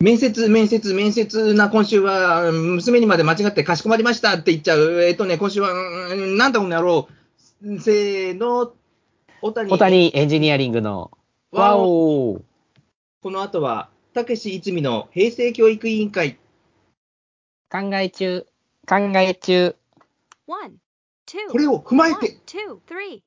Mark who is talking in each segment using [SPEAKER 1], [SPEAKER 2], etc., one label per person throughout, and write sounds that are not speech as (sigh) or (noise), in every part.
[SPEAKER 1] 面接、面接、面接な今週は、うん娘にまで間違ってかしこまりましたって言っちゃう。えっ、とね、今週は、うんなんだこの野郎。せーの、小谷。
[SPEAKER 2] 小谷エンジニアリングの、
[SPEAKER 1] わ
[SPEAKER 2] わ
[SPEAKER 1] お
[SPEAKER 2] おー
[SPEAKER 1] この後は、たけしいつみの平成教育委員会。
[SPEAKER 2] 考え中、考え中。
[SPEAKER 3] One, two,
[SPEAKER 1] これを踏まえ
[SPEAKER 3] one,
[SPEAKER 1] て、
[SPEAKER 3] two, three.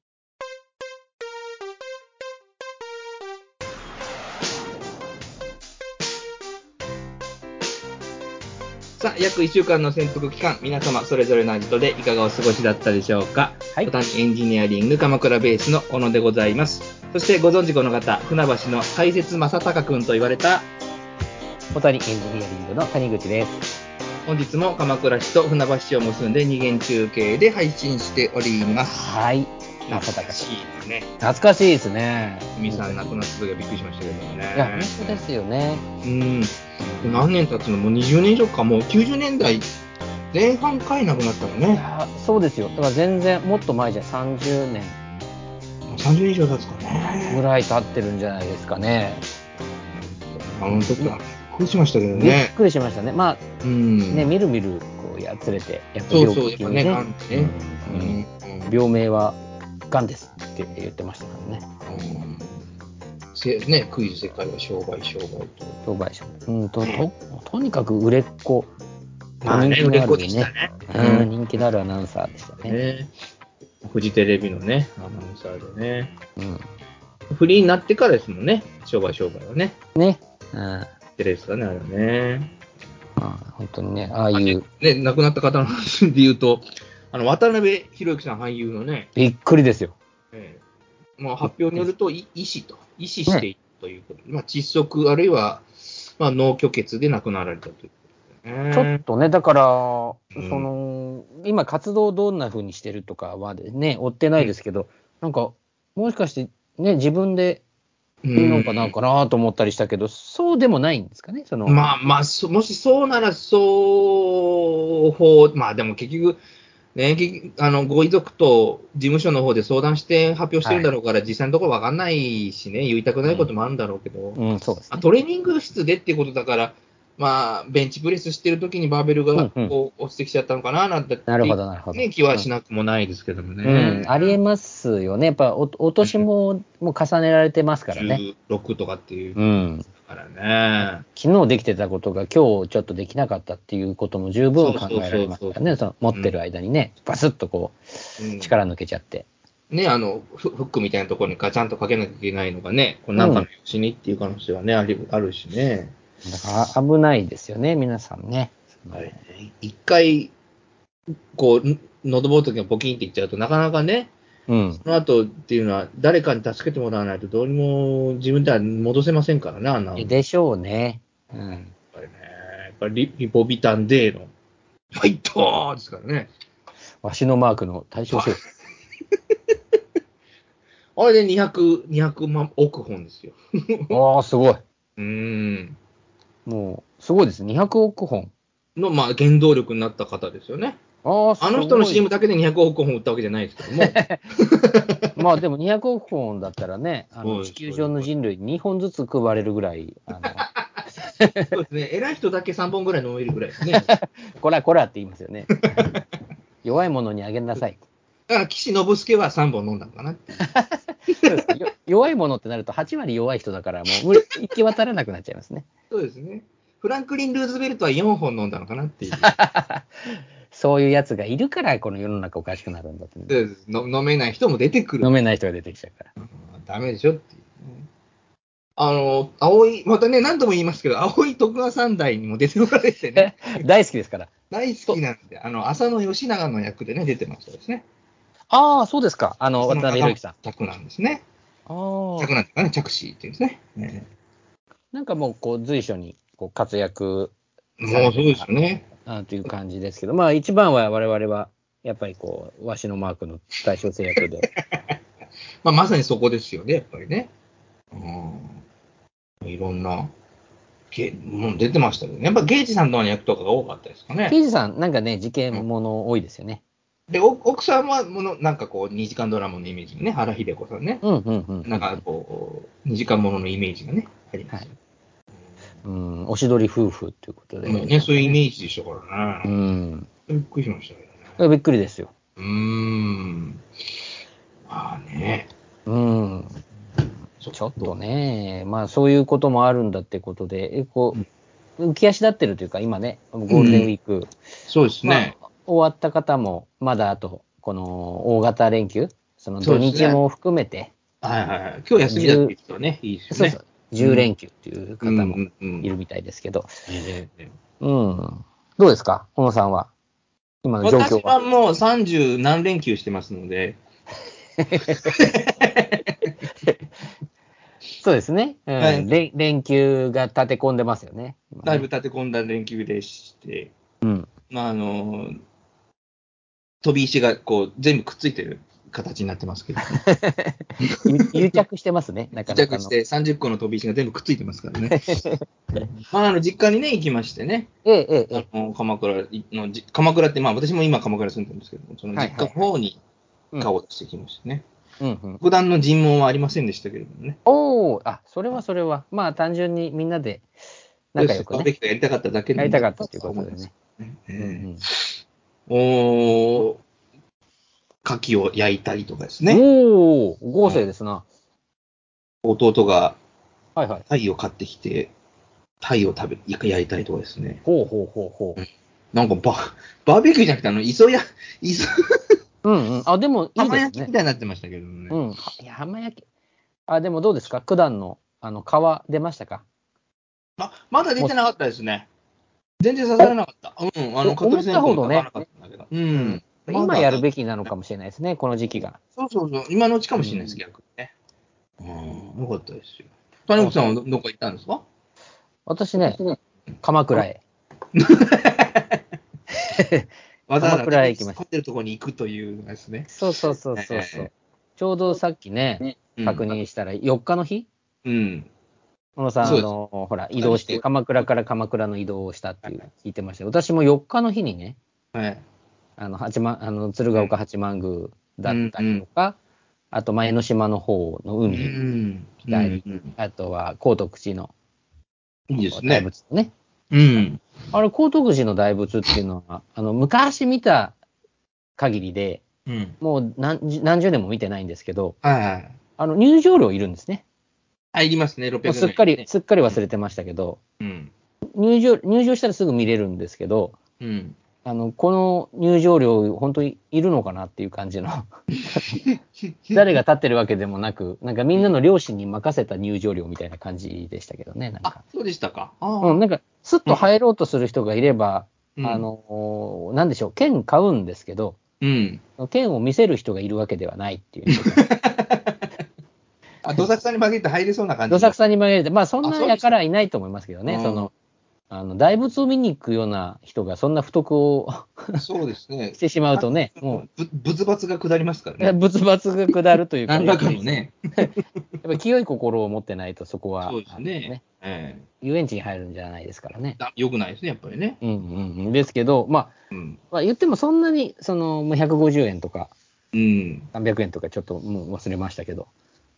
[SPEAKER 1] さあ、約1週間の潜伏期間、皆様それぞれのアジトでいかがお過ごしだったでしょうか。
[SPEAKER 2] はい
[SPEAKER 1] 小谷エンジニアリング鎌倉ベースの小野でございます。そしてご存知この方、船橋の大切正隆君と言われた、
[SPEAKER 2] 小谷エンジニアリングの谷口です。
[SPEAKER 1] 本日も鎌倉市と船橋市を結んで二元中継で配信しております。
[SPEAKER 2] はい。
[SPEAKER 1] 懐
[SPEAKER 2] 正
[SPEAKER 1] か
[SPEAKER 2] 隆
[SPEAKER 1] しいね。
[SPEAKER 2] 懐かしいですね。
[SPEAKER 1] みさん亡くなった時はびっくりしましたけどもね。
[SPEAKER 2] いや、本当ですよね。
[SPEAKER 1] うん。何年経つのもう20年以上か、もう90年代前半かいなくなったの
[SPEAKER 2] い
[SPEAKER 1] ね。
[SPEAKER 2] や、そうですよ。だから全然、もっと前じゃ30年
[SPEAKER 1] もう30年以上経つかね。
[SPEAKER 2] ぐらい経ってるんじゃないですかね。
[SPEAKER 1] あの時はびっくりしましたけど
[SPEAKER 2] びっ
[SPEAKER 1] ね。
[SPEAKER 2] くりしましたね。まあ、
[SPEAKER 1] うん。
[SPEAKER 2] ね、みるみる、こう、やつれて、やっぱ
[SPEAKER 1] そうそう、
[SPEAKER 2] 病
[SPEAKER 1] やっ
[SPEAKER 2] 気
[SPEAKER 1] ぱ
[SPEAKER 2] に
[SPEAKER 1] ね、
[SPEAKER 2] ね。
[SPEAKER 1] 癌ってね。
[SPEAKER 2] う
[SPEAKER 1] うん
[SPEAKER 2] うん
[SPEAKER 1] ん
[SPEAKER 2] 病名は、癌ですって言ってましたからね。
[SPEAKER 1] うんせね、クイズ世界は商売商売と。
[SPEAKER 2] 商売所。うんと、と、とにかく売れっ子。
[SPEAKER 1] まあね、
[SPEAKER 2] 人
[SPEAKER 1] 売
[SPEAKER 2] 気
[SPEAKER 1] れ
[SPEAKER 2] のあ
[SPEAKER 1] っ
[SPEAKER 2] る
[SPEAKER 1] 子
[SPEAKER 2] ね
[SPEAKER 1] でしたね。
[SPEAKER 2] うん、人気のあるアナウンサーでしたね。
[SPEAKER 1] ね。フジテレビのね、アナウンサーでね。
[SPEAKER 2] うん。
[SPEAKER 1] フリーになってからですもんね、商売商売はね。
[SPEAKER 2] ね。うん。
[SPEAKER 1] テレビですかね、あれはね。
[SPEAKER 2] うん本当にね、ああいう、
[SPEAKER 1] ね、亡くなった方の話で言うと、あの、渡辺裕之さん俳優のね、
[SPEAKER 2] びっくりですよ。
[SPEAKER 1] ええまあ、発表によると、い医師と、医師しているということで、まあ、窒息あるいは、まあ、脳虚血で亡くなられたということで、ね。
[SPEAKER 2] ちょっとね、だか
[SPEAKER 1] ん
[SPEAKER 2] ら、その、今活動どんな風にしてるとかはね、追ってないですけど、なんか、もしかして、ね、自分で
[SPEAKER 1] うん
[SPEAKER 2] 言うのかなんかなと思ったりしたけど、そうでもないんですかね、その、
[SPEAKER 1] まあまあ、そもしそうなら、そう、ほうまあでも結局、ね、結あのご遺族と事務所の方で相談して発表してるんだろうから、実際のところ分かんないしね、言いたくないこともあるんだろうけど、
[SPEAKER 2] うん、そうです
[SPEAKER 1] あ
[SPEAKER 2] ね。
[SPEAKER 1] トレーニング室でっていうことだから、まあ、ベンチプレスしてる時にバーベルが
[SPEAKER 2] うんうん
[SPEAKER 1] こう落ちてきちゃったのかななんて、
[SPEAKER 2] なるほど、なるほど。
[SPEAKER 1] ね、気はしなくもないですけども
[SPEAKER 2] う
[SPEAKER 1] ね。
[SPEAKER 2] ん、うんありえますよね。やっぱ、おお年も、もう重ねられてますからね。
[SPEAKER 1] 16とかっていう
[SPEAKER 2] う、ん。
[SPEAKER 1] からね。
[SPEAKER 2] 昨日できてたことが今日ちょっとできなかったっていうことも十分考えられますからね、その持ってる間にね、バスッとこ
[SPEAKER 1] う
[SPEAKER 2] う、
[SPEAKER 1] ん
[SPEAKER 2] 力抜けちゃって。
[SPEAKER 1] ね、あの、フフックみたいなところにガチャンとかけなきゃいけないのがね、こうなんかの拍子にっていう可能性はね、ありあるしね。
[SPEAKER 2] だから危ないですよね、皆さんね。
[SPEAKER 1] はい。一回、こう、ん喉仏がポキンっていっちゃうとなかなかね、
[SPEAKER 2] うん。
[SPEAKER 1] その後っていうのは誰かに助けてもらわないとどうにも自分では戻せませんからね、あんなの。やっ
[SPEAKER 2] でしょうね。うん。
[SPEAKER 1] ぱりね、やっぱりリリポビタン D の、はい、とーですからね。
[SPEAKER 2] わしのマークの対象性。 (laughs)
[SPEAKER 1] あれで200、200万億本ですよ。
[SPEAKER 2] ああ、すごい。
[SPEAKER 1] うーん。
[SPEAKER 2] もう、すごいです。200億本。
[SPEAKER 1] の、まあ、原動力になった方ですよね。
[SPEAKER 2] ああ、すご
[SPEAKER 1] あ
[SPEAKER 2] い。
[SPEAKER 1] の人の CM だけで200億本売ったわけじゃないですけども、
[SPEAKER 2] まあでも200億本だった
[SPEAKER 1] (laughs)
[SPEAKER 2] らね、あ
[SPEAKER 1] そう
[SPEAKER 2] の
[SPEAKER 1] です
[SPEAKER 2] 地球上の人類2本ずつ配われるぐらい、あ
[SPEAKER 1] そうですね、偉い人だけ3本ぐらい飲めるぐらいですね。だか
[SPEAKER 2] の、こらこらって言いま
[SPEAKER 1] (laughs)
[SPEAKER 2] すよね。弱いものにあげなさい。
[SPEAKER 1] ら岸信介は3本飲んだのかなって
[SPEAKER 2] そうですよ弱いものってなると8割弱い人だからもう無理行き渡らなくなっちゃいますね。
[SPEAKER 1] そうですね。フランクリン・ルーズベルトは4本飲んだのかなっていう。
[SPEAKER 2] そういうやつがいるからこの世の中おかしくなるんだって、
[SPEAKER 1] そうですの飲めない人も出てくる
[SPEAKER 2] 飲。めない人が出てきちゃうから。
[SPEAKER 1] ダメでしょっていうね。あの、青い、またね、何度も言いますけど、青い徳川三代にも出ておられてね、
[SPEAKER 2] 大好きですから。
[SPEAKER 1] 大好きなんで、あの、浅野義長の役でね、出てましたですね。
[SPEAKER 2] ああ、そうですか。あの、渡辺裕之さん。あ
[SPEAKER 1] 着なんですね。
[SPEAKER 2] あ
[SPEAKER 1] 着。なんですかね、着手っていうんですね。ね
[SPEAKER 2] なんかもう、こう、随所にこう活躍
[SPEAKER 1] もうそうですよね。
[SPEAKER 2] あーという感じですけど、まあ、一番は我々は、やっぱりこう、わしのマークの対象制
[SPEAKER 1] (laughs)
[SPEAKER 2] 約で。
[SPEAKER 1] まあ、まさにそこですよね、やっぱりね。うん。いろんな、けもう出てましたけどね。やっぱゲイジさんとの役とかが多かったですかね。
[SPEAKER 2] 刑事さん、なんかね、事件もの多いですよね。
[SPEAKER 1] で、お奥さんはもの、なんかこう、2時間ドラマのイメージがね、原秀子さんね。
[SPEAKER 2] うんうんうん。
[SPEAKER 1] なんかこう、2時間もののイメージがね、ありますよ。
[SPEAKER 2] うん、おしどり夫婦ということで。
[SPEAKER 1] もうね、そういうイメージでしたから
[SPEAKER 2] う
[SPEAKER 1] ね。
[SPEAKER 2] ん。
[SPEAKER 1] びっくりしましたけどね。
[SPEAKER 2] びっくりですよ。
[SPEAKER 1] うーん。まあね。
[SPEAKER 2] うん。
[SPEAKER 1] そ
[SPEAKER 2] ちょっとね、まあそういうこともあるんだってことで、えこう、浮き足立ってるというか、今ね、ゴールデンウィーク、
[SPEAKER 1] そうですね。
[SPEAKER 2] まあ終わった方も、まだあと、この大型連休、その
[SPEAKER 1] そ
[SPEAKER 2] 土
[SPEAKER 1] うですね
[SPEAKER 2] 日も含めて、
[SPEAKER 1] はいはいはい。今日休みだって人はね、いいです
[SPEAKER 2] そう,、
[SPEAKER 1] よね。
[SPEAKER 2] 10連休っていう方も
[SPEAKER 1] うんうんうん
[SPEAKER 2] いるみたいですけど、
[SPEAKER 1] ねね
[SPEAKER 2] うん、どうですか、小野さんは、今の状
[SPEAKER 1] 私
[SPEAKER 2] 況
[SPEAKER 1] は
[SPEAKER 2] は。
[SPEAKER 1] もう30何連休してますので、
[SPEAKER 2] そうですね、うん
[SPEAKER 1] はい
[SPEAKER 2] 連、連休が立て込んでますよね。今ね
[SPEAKER 1] だいぶ立て込んだ連休でして、
[SPEAKER 2] うん、
[SPEAKER 1] まああの、飛び石がこう全部くっついてる形になってます
[SPEAKER 2] (laughs)
[SPEAKER 1] けど、
[SPEAKER 2] ゆ癒着してます
[SPEAKER 1] (laughs)
[SPEAKER 2] ね、なか
[SPEAKER 1] 付
[SPEAKER 2] なか
[SPEAKER 1] 着し
[SPEAKER 2] の。
[SPEAKER 1] て30個の飛び石が全部くっついてますから
[SPEAKER 2] (laughs)
[SPEAKER 1] ね。まああの実家にね、行きましてね、
[SPEAKER 2] ええ、ええ、え
[SPEAKER 1] あ
[SPEAKER 2] え。
[SPEAKER 1] の鎌倉のじ、鎌倉って、まあ私も今鎌倉住んでるんですけど、その実家の方に
[SPEAKER 2] うん
[SPEAKER 1] 顔を出してきましたね。
[SPEAKER 2] うんうん、
[SPEAKER 1] 特段の尋問はありませんでしたけれどもね。
[SPEAKER 2] おお、あそれはそれは、まあ単純にみんなで仲良く
[SPEAKER 1] そう
[SPEAKER 2] ね
[SPEAKER 1] で、きたやりたかっただけ
[SPEAKER 2] やりたかったということでね。。
[SPEAKER 1] え
[SPEAKER 2] うんう
[SPEAKER 1] え
[SPEAKER 2] ん
[SPEAKER 1] おー、牡蠣を焼いたりとかですね。
[SPEAKER 2] おお、豪勢ですな。
[SPEAKER 1] 弟が
[SPEAKER 2] はいはい。
[SPEAKER 1] 鯛を買ってきて、鯛を食べ、焼いたりとかですね。
[SPEAKER 2] ほうほうほうほ
[SPEAKER 1] なんかバ、バーベキューじゃなくて、あの、磯や、磯、
[SPEAKER 2] う。うんうん。あ、でもいい
[SPEAKER 1] 浜
[SPEAKER 2] で
[SPEAKER 1] 焼
[SPEAKER 2] す
[SPEAKER 1] きみ
[SPEAKER 2] ね。
[SPEAKER 1] たいになってましたけどね。
[SPEAKER 2] うん。いや、浜焼き。あ、でもどうですか九段の、あの、皮出ましたか
[SPEAKER 1] ま、まだ出てなかったですね。全然刺されなかった。うん、あの、
[SPEAKER 2] お
[SPEAKER 1] 蚊取り線香も
[SPEAKER 2] 思っ
[SPEAKER 1] 刺
[SPEAKER 2] た
[SPEAKER 1] さ
[SPEAKER 2] ほど
[SPEAKER 1] らなかった
[SPEAKER 2] ね
[SPEAKER 1] んだけど。うん。
[SPEAKER 2] 今やる
[SPEAKER 1] べ
[SPEAKER 2] べきなのかもしれないですね、この時期が。
[SPEAKER 1] そうそうそう。今のうちかもしれないです、逆にね。うん、よかったですよ。谷口さんはどどこ行ったんですか
[SPEAKER 2] 私ね、鎌倉へ。
[SPEAKER 1] わざわざ
[SPEAKER 2] 鎌倉へ行きました
[SPEAKER 1] 混んでるところに行くというのがですね。
[SPEAKER 2] そうそうそうそうそ
[SPEAKER 1] ええ
[SPEAKER 2] う。ちょうどさっきね、
[SPEAKER 1] うん
[SPEAKER 2] 確。認したら4日の日
[SPEAKER 1] うん。
[SPEAKER 2] 小野さん、
[SPEAKER 1] そう
[SPEAKER 2] あ
[SPEAKER 1] です
[SPEAKER 2] の、ほら、移動し
[SPEAKER 1] そうで
[SPEAKER 2] て、
[SPEAKER 1] す
[SPEAKER 2] 鎌倉から鎌倉の移動をしたっていう聞いてましたけど私も4日の日にね、
[SPEAKER 1] はい。
[SPEAKER 2] あの、八幡、あの、鶴岡八幡宮だったりとか、あと、前の島の方の
[SPEAKER 1] う
[SPEAKER 2] 海、
[SPEAKER 1] ん。
[SPEAKER 2] たい
[SPEAKER 1] うん
[SPEAKER 2] あとは、高徳寺の
[SPEAKER 1] いいですね。
[SPEAKER 2] 大仏ね。
[SPEAKER 1] うん。
[SPEAKER 2] あれ、高徳寺の大仏っていうのは、あの、昔見た限りで、
[SPEAKER 1] うん。
[SPEAKER 2] もう何十何十年も見てないんですけど、
[SPEAKER 1] はいはい。
[SPEAKER 2] あの、入場料いるんですね。
[SPEAKER 1] 入りますね、600
[SPEAKER 2] もう
[SPEAKER 1] 円。
[SPEAKER 2] すっかり、すっかり忘れてましたけど、
[SPEAKER 1] うん。
[SPEAKER 2] 入場、入場したらすぐ見れるんですけど、
[SPEAKER 1] うん。
[SPEAKER 2] あの、この入場料、本当にいるのかなっていう感じ
[SPEAKER 1] (laughs)
[SPEAKER 2] の。誰が立ってるわけでもなく、なんかみんなの両親に任せた入場料みたいな感じでしたけどね、なん
[SPEAKER 1] あ
[SPEAKER 2] か。、
[SPEAKER 1] そうでしたか。ああ。
[SPEAKER 2] うん、なんか、スッと入ろうとする人がいれば、
[SPEAKER 1] うん
[SPEAKER 2] あの、なんでしょう、券買うんですけど、
[SPEAKER 1] うん。
[SPEAKER 2] 券を見せる人がいるわけではないっていう。
[SPEAKER 1] あ、どさくさんに紛れて入れそうな感じ。
[SPEAKER 2] どさくさに紛れて、まあそん
[SPEAKER 1] あ
[SPEAKER 2] な
[SPEAKER 1] そうです
[SPEAKER 2] やからいないと思いますけど
[SPEAKER 1] う
[SPEAKER 2] ね、
[SPEAKER 1] ん
[SPEAKER 2] その、あの、大仏を見に行くような人がそんな不徳を
[SPEAKER 1] そうですね
[SPEAKER 2] し。てしまうとね、も
[SPEAKER 1] ぶ、仏罰が下りますか
[SPEAKER 2] う、
[SPEAKER 1] らね。
[SPEAKER 2] 仏罰が下るというか、
[SPEAKER 1] 何らかのね。
[SPEAKER 2] やっぱり清い心を持ってないと、そこは、
[SPEAKER 1] そうです
[SPEAKER 2] あの
[SPEAKER 1] ね。ええ
[SPEAKER 2] 遊園地に入るんじゃないですからね。
[SPEAKER 1] だ良くないですね、やっぱりね。
[SPEAKER 2] うんうんうん、ですけど、まあ、
[SPEAKER 1] うん。
[SPEAKER 2] まあ、言ってもそんなに、その、もう150円とか、
[SPEAKER 1] うん。
[SPEAKER 2] 300円とか、ちょっともう忘れましたけど、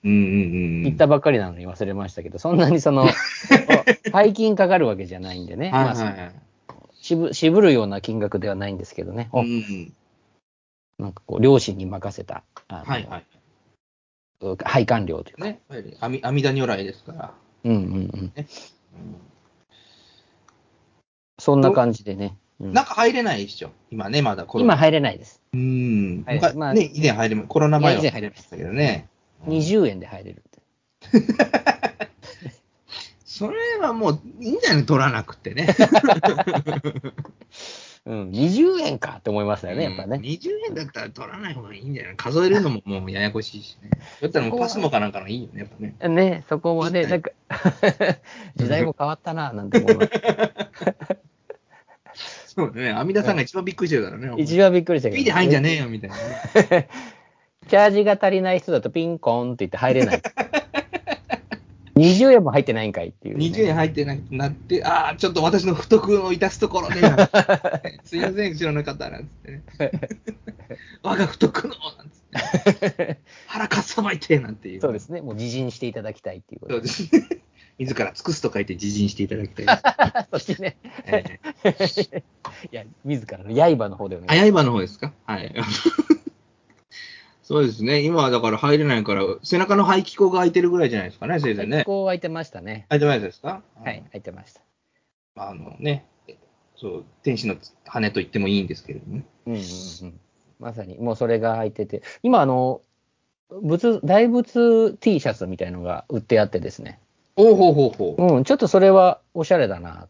[SPEAKER 1] うんうんうん。
[SPEAKER 2] 行ったばっかりなのに忘れましたけど、そんなに
[SPEAKER 1] (laughs)
[SPEAKER 2] その、大金かかるわけじゃないんでね、
[SPEAKER 1] はい
[SPEAKER 2] まあ
[SPEAKER 1] はい
[SPEAKER 2] そ
[SPEAKER 1] はい。
[SPEAKER 2] 渋、渋るような金額ではないんですけどね、お
[SPEAKER 1] うん。
[SPEAKER 2] なんかこう、両親に任せた、あの
[SPEAKER 1] はいはい。
[SPEAKER 2] 配管料というか、
[SPEAKER 1] ね。やっぱり阿弥阿弥陀如来ですから。
[SPEAKER 2] うんうんうん、
[SPEAKER 1] う
[SPEAKER 2] そんな感じでね、うん
[SPEAKER 1] ん中入れないでしょ、今ね、まだコロナ。
[SPEAKER 2] 今入れないです。
[SPEAKER 1] うん。
[SPEAKER 2] はい
[SPEAKER 1] 昔
[SPEAKER 2] まあ
[SPEAKER 1] ね、以前入れま、コロナ前はい
[SPEAKER 2] や以前入れました
[SPEAKER 1] けどね。
[SPEAKER 2] 20円で入れるって。
[SPEAKER 1] それはもういいんじゃない取らなくてね。
[SPEAKER 2] うん、20円かって思いますよね、やっぱね。
[SPEAKER 1] うん20円だったら取らない方がいいんじゃない数えるのももうややこしいしね。だったらもうパスモかなんかのいいよね、やっぱね。
[SPEAKER 2] ね、そこもね、なんか、 (laughs) 時代も変わったな、なんて思います。
[SPEAKER 1] そうね。阿弥陀さんが一番びっくりしてるからね。
[SPEAKER 2] (laughs) 一番びっくりしたけど。
[SPEAKER 1] いいで入んじゃねえよ、みたいなね。
[SPEAKER 2] チャージが足りない人だとピンコンって言って入れない。20円も入ってないんかいっていう、ね。
[SPEAKER 1] 20円入ってなくなって、ああ、ちょっと私の不徳をいたすところ
[SPEAKER 2] (laughs)
[SPEAKER 1] で、なんてすいません、後ろの方、なんつってね。我が不徳の、なんつって。
[SPEAKER 2] (laughs)
[SPEAKER 1] 腹かっさばいて、なんていう。
[SPEAKER 2] そうですね。もう自陣していただきたいっていうこ
[SPEAKER 1] そ
[SPEAKER 2] と
[SPEAKER 1] う
[SPEAKER 2] (laughs) で。
[SPEAKER 1] ですね。自ら尽くすと書いて自尽していただきたい
[SPEAKER 2] (laughs)
[SPEAKER 1] です。
[SPEAKER 2] そっちね。
[SPEAKER 1] えー
[SPEAKER 2] いや、自らの刃の方でお願いします
[SPEAKER 1] あ、刃の方ですかはい。そうですね。今はだから入れないから、背中の排気口が開いてるぐらいじゃないですかね、先生ね。
[SPEAKER 2] こう開いてましたね。
[SPEAKER 1] 開いてないですか
[SPEAKER 2] はい、。開いてました。
[SPEAKER 1] あのね、そう、天使の羽と言ってもいいんですけれどもね。
[SPEAKER 2] うんうんうん。まさに、もうそれが開いてて、今、あの、仏、大仏 T シャツみたいのが売ってあってですね。
[SPEAKER 1] おうほうほうほう。
[SPEAKER 2] うん、ちょっとそれはおしゃれだな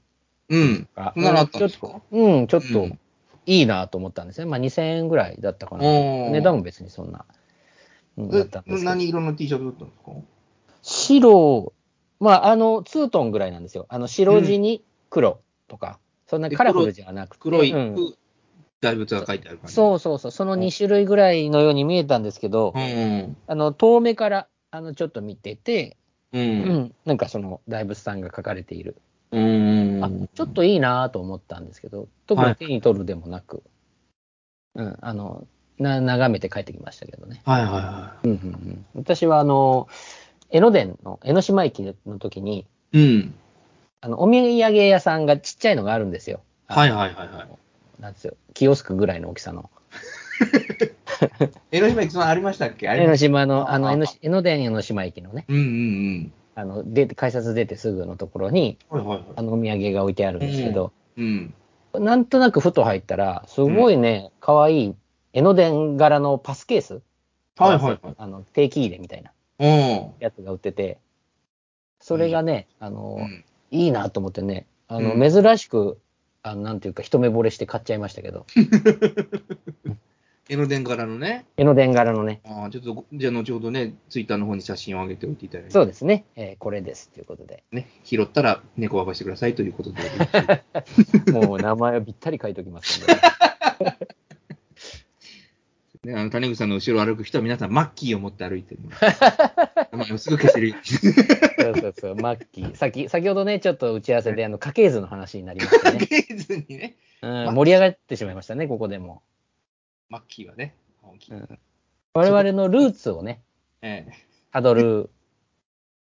[SPEAKER 1] うん。
[SPEAKER 2] とか。
[SPEAKER 1] そんなのあったんですか
[SPEAKER 2] ちょっとうん、ちょっ
[SPEAKER 1] う
[SPEAKER 2] と
[SPEAKER 1] ん
[SPEAKER 2] いいなと思ったんですね。まあ2000円ぐらいだったかな。
[SPEAKER 1] おー
[SPEAKER 2] 値段も別にそんな、うん、だ
[SPEAKER 1] え
[SPEAKER 2] ったんですけど。
[SPEAKER 1] 何色の T シャツだったんですか
[SPEAKER 2] 白、まあ、あの、ツートンぐらいなんですよ。あの、白地に黒とか、そんなカラフルじゃなくて。
[SPEAKER 1] 黒い、
[SPEAKER 2] うん
[SPEAKER 1] 大仏が書いてある感じ。う。
[SPEAKER 2] そうそうそう、その2種類ぐらいのように見えたんですけど、
[SPEAKER 1] うん。
[SPEAKER 2] あの遠目からあのちょっと見てて、
[SPEAKER 1] う
[SPEAKER 2] うん
[SPEAKER 1] ん。
[SPEAKER 2] なんかその大仏さんが書かれている、
[SPEAKER 1] うん。
[SPEAKER 2] あちょっといいなと思ったんですけど、特に手に取るでもなく、うん、あのな眺めて帰ってきましたけどね。
[SPEAKER 1] はいはいは
[SPEAKER 2] うんうんうん、私はあの江ノ電の江ノ島駅の時に
[SPEAKER 1] い。うん。
[SPEAKER 2] あのお土産屋さんがちっちゃいのがあるんですよ。あの
[SPEAKER 1] はいはいはいはい。
[SPEAKER 2] なんですよ。キオスクぐらいの大きさの。
[SPEAKER 1] 江ノ島行きそうなのありましたっけあ
[SPEAKER 2] 江
[SPEAKER 1] りま
[SPEAKER 2] ノ
[SPEAKER 1] した。
[SPEAKER 2] 島の、あの
[SPEAKER 1] あ
[SPEAKER 2] 江ノ江ノ電江ノ島駅のね、
[SPEAKER 1] うんうん
[SPEAKER 2] あの、出て、改札出てすぐのところに、
[SPEAKER 1] うん。はいはいはい。
[SPEAKER 2] あの、お土産が置いてあるんですけど、
[SPEAKER 1] うん。
[SPEAKER 2] なんとなくふと入ったら、すごいね、可、愛、い江ノ電柄のパスケース
[SPEAKER 1] はいはいはい。
[SPEAKER 2] あの、定期入れみたいな
[SPEAKER 1] うん。
[SPEAKER 2] やつが売ってて、それがね、あの、
[SPEAKER 1] うん
[SPEAKER 2] いいなと思ってね、あの、
[SPEAKER 1] うん
[SPEAKER 2] 珍しく、あのなんていうか、一目惚れして買っちゃいましたけど、
[SPEAKER 1] 江ノ電からのね。
[SPEAKER 2] 江ノ電柄のね、
[SPEAKER 1] ああ、ちょっとご、じゃあ後ほどね、ツイッターの方に写真を上げておいていただいて、
[SPEAKER 2] そうですね、えーこれですということで、
[SPEAKER 1] ね、拾ったら猫をばしてくださいということで。
[SPEAKER 2] もう名前をぴったり書いておきますんで、
[SPEAKER 1] ね、あの、谷口さんの後ろを歩く人は皆さん、マッキーを持って歩いて (laughs) るの。名前をすぐ (laughs) 消せるように。
[SPEAKER 2] そうそうそう、マッキー。先、先ほどね、ちょっと打ち合わせで、あの、家系図の話になりましたね。
[SPEAKER 1] ゲイズにね、
[SPEAKER 2] うん、盛り上がって (laughs) しまいましたね、ここでも。
[SPEAKER 1] マッキーはね、本気
[SPEAKER 2] うん我々のルーツをね、
[SPEAKER 1] ええ。
[SPEAKER 2] たどる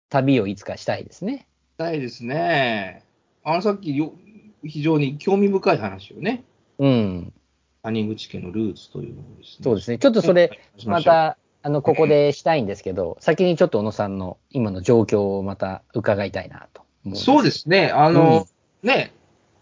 [SPEAKER 2] 旅をいつかしたいですね。
[SPEAKER 1] したいですね。あの、さっきよ、非常に興味深い話をね、
[SPEAKER 2] うん、
[SPEAKER 1] 谷口家のルーツというものですね。
[SPEAKER 2] そうですね。ちょっとそれ、
[SPEAKER 1] しま
[SPEAKER 2] ま
[SPEAKER 1] しょう
[SPEAKER 2] た、あの、ここでしたいんですけど、先にちょっと小野さんの今の状況をまた伺いたいなと思
[SPEAKER 1] そう
[SPEAKER 2] で
[SPEAKER 1] ですね。あの、ね、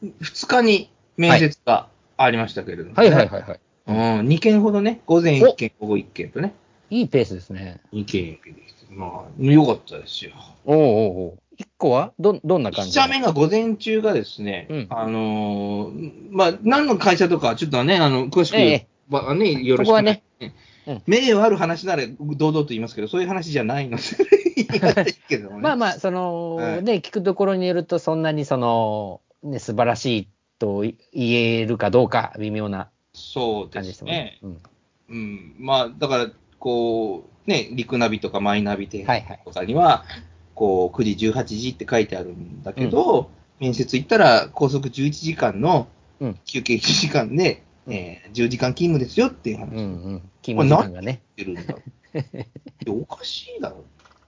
[SPEAKER 1] 2日に面接がありましたけれども、ね
[SPEAKER 2] はいはいはいはい。
[SPEAKER 1] うん、2件ほどね、午前1件、午後1件とね、
[SPEAKER 2] いいペースですね。
[SPEAKER 1] 2件受けてきて、まあ、良かったですよ。
[SPEAKER 2] おうおうおう。一個はど、どんな感
[SPEAKER 1] 1
[SPEAKER 2] じ
[SPEAKER 1] 社目が午前中がですね、
[SPEAKER 2] うん
[SPEAKER 1] あのーまあ、何の会社とか、ちょっとね、あの、詳しく、
[SPEAKER 2] ええ
[SPEAKER 1] ばね、よろしく。
[SPEAKER 2] そこはねうん
[SPEAKER 1] 名誉ある話なら堂々と言いますけど、そういう話じゃないので、言いませんけどもね。
[SPEAKER 2] まあまあ、その、
[SPEAKER 1] はい
[SPEAKER 2] ね、聞くところによると、そんなにその、ね、素晴らしいと言えるかどうか、微妙な
[SPEAKER 1] そう
[SPEAKER 2] 感
[SPEAKER 1] で
[SPEAKER 2] じです
[SPEAKER 1] す
[SPEAKER 2] もんね
[SPEAKER 1] ね。。
[SPEAKER 2] うん
[SPEAKER 1] うん。まあ、だから、こう、ね、リクナビとかマイナビで
[SPEAKER 2] はいはい
[SPEAKER 1] とかには、こう、9時、18時って書いてあるんだけど、面接行ったら、高速11時間の
[SPEAKER 2] うん、
[SPEAKER 1] 休憩1時間で、えー10時間勤務ですよっていう話
[SPEAKER 2] う
[SPEAKER 1] を
[SPEAKER 2] んうん。勤務時間がね。
[SPEAKER 1] ってるんだ。でおかしいだろ。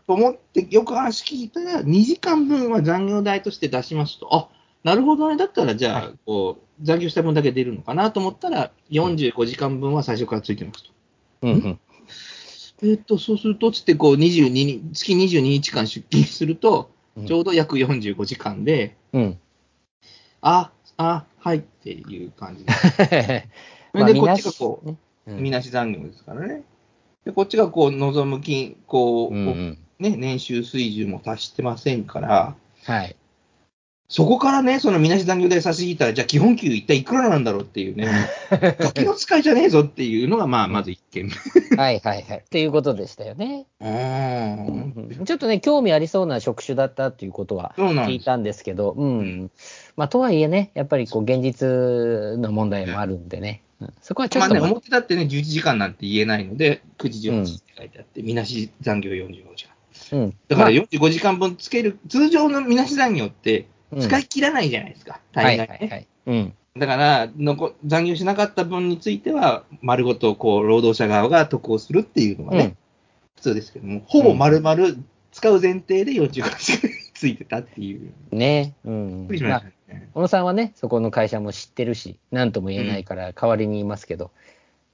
[SPEAKER 1] と思って、よく話聞いたら、2時間分は残業代として出しますと。あなるほどね。だったら、じゃあ、
[SPEAKER 2] は
[SPEAKER 1] こう、残業した分だけ出るのかなと思ったら、45時間分は最初からついてますと。
[SPEAKER 2] うんうん。
[SPEAKER 1] えっと、そうすると、つって、こう、22に、月22日間出勤すると
[SPEAKER 2] うん、
[SPEAKER 1] ちょうど約45時間で、 (laughs)
[SPEAKER 2] うん。
[SPEAKER 1] あ、あ、はいっていう感じで。
[SPEAKER 2] まあ
[SPEAKER 1] で、こっちがこう、
[SPEAKER 2] ねうん
[SPEAKER 1] みなし残業ですからね。で、こっちがこう、望む金、こう、
[SPEAKER 2] うんうん
[SPEAKER 1] ね、年収水準も達してませんから、
[SPEAKER 2] はい。
[SPEAKER 1] そこからね、そのみなし残業代差し引いたら、じゃあ基本給一体いくらなんだろうって
[SPEAKER 2] (laughs)
[SPEAKER 1] いうね、ガキの使いじゃねえぞっていうのが、まあ、まず一件目。
[SPEAKER 2] はいはいはい。っていうことでしたよね。
[SPEAKER 1] うん
[SPEAKER 2] ちょっとね、興味ありそうな職種だったっていうことは
[SPEAKER 1] そうなん
[SPEAKER 2] 聞
[SPEAKER 1] で
[SPEAKER 2] い
[SPEAKER 1] す
[SPEAKER 2] たんですけど、うん。まあ、とはいえね、やっぱりこう、現実の問題もあるんでね。うんそこはちょ
[SPEAKER 1] ま
[SPEAKER 2] っ
[SPEAKER 1] あ
[SPEAKER 2] と
[SPEAKER 1] ね、
[SPEAKER 2] まあ、
[SPEAKER 1] 表だってね、11時間なんて言えないので、9時18時って書いてあって、みなし残業45時間。
[SPEAKER 2] うん。
[SPEAKER 1] だから45時間分つける、通常のみなし残業って、
[SPEAKER 2] うん
[SPEAKER 1] 使い切らないじゃないですか、
[SPEAKER 2] は
[SPEAKER 1] 大
[SPEAKER 2] いは
[SPEAKER 1] 概
[SPEAKER 2] い
[SPEAKER 1] ね
[SPEAKER 2] は。い。うん。
[SPEAKER 1] だから残、残業しなかった分については、丸ごとこう労働者側が得をするっていうのがね、
[SPEAKER 2] うん
[SPEAKER 1] 普通ですけども、ほぼ丸々使う前提で45時間ついてたっていう。びっ
[SPEAKER 2] ね。うん
[SPEAKER 1] くり。し
[SPEAKER 2] ま
[SPEAKER 1] まし
[SPEAKER 2] あ
[SPEAKER 1] たね。
[SPEAKER 2] 小野さんはね、そこの会社も知ってるし、何とも言えないから代わりに言いますけど、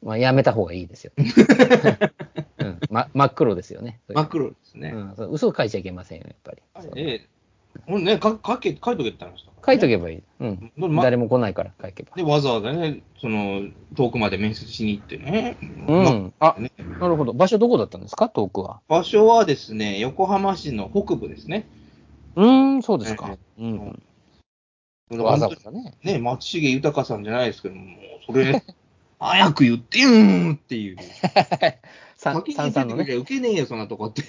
[SPEAKER 2] まあ、やめた方がいい
[SPEAKER 1] (laughs)
[SPEAKER 2] ですよ。うんま、真っ黒ですよね。
[SPEAKER 1] 真っ黒ですね。
[SPEAKER 2] うんそう嘘を書いちゃいけませんよ、やっぱり。
[SPEAKER 1] あ
[SPEAKER 2] そう
[SPEAKER 1] れね、もうね、か書け、書いとけって話だから、
[SPEAKER 2] 書いと
[SPEAKER 1] け。
[SPEAKER 2] けばいい。うん。
[SPEAKER 1] どま
[SPEAKER 2] 誰も来ないから書けば。
[SPEAKER 1] で、わざわざね、その、遠くまで面接しに行ってね。
[SPEAKER 2] うん。あ、
[SPEAKER 1] まね
[SPEAKER 2] なるほど。場所どこだったんですか、遠くは。
[SPEAKER 1] 場所はですね、横浜市の北部ですね。
[SPEAKER 2] うーん、そうですか。うん
[SPEAKER 1] ん。
[SPEAKER 2] わざわざね。
[SPEAKER 1] ね、松重豊さんじゃないですけども、そ
[SPEAKER 2] (laughs)
[SPEAKER 1] れ、早く言ってよーっていう。
[SPEAKER 2] さん
[SPEAKER 1] 先
[SPEAKER 2] さ
[SPEAKER 1] に
[SPEAKER 2] ん
[SPEAKER 1] 出
[SPEAKER 2] さ
[SPEAKER 1] て
[SPEAKER 2] んの
[SPEAKER 1] くり
[SPEAKER 2] ね。
[SPEAKER 1] ゃ受けねえよ、そんなとこって。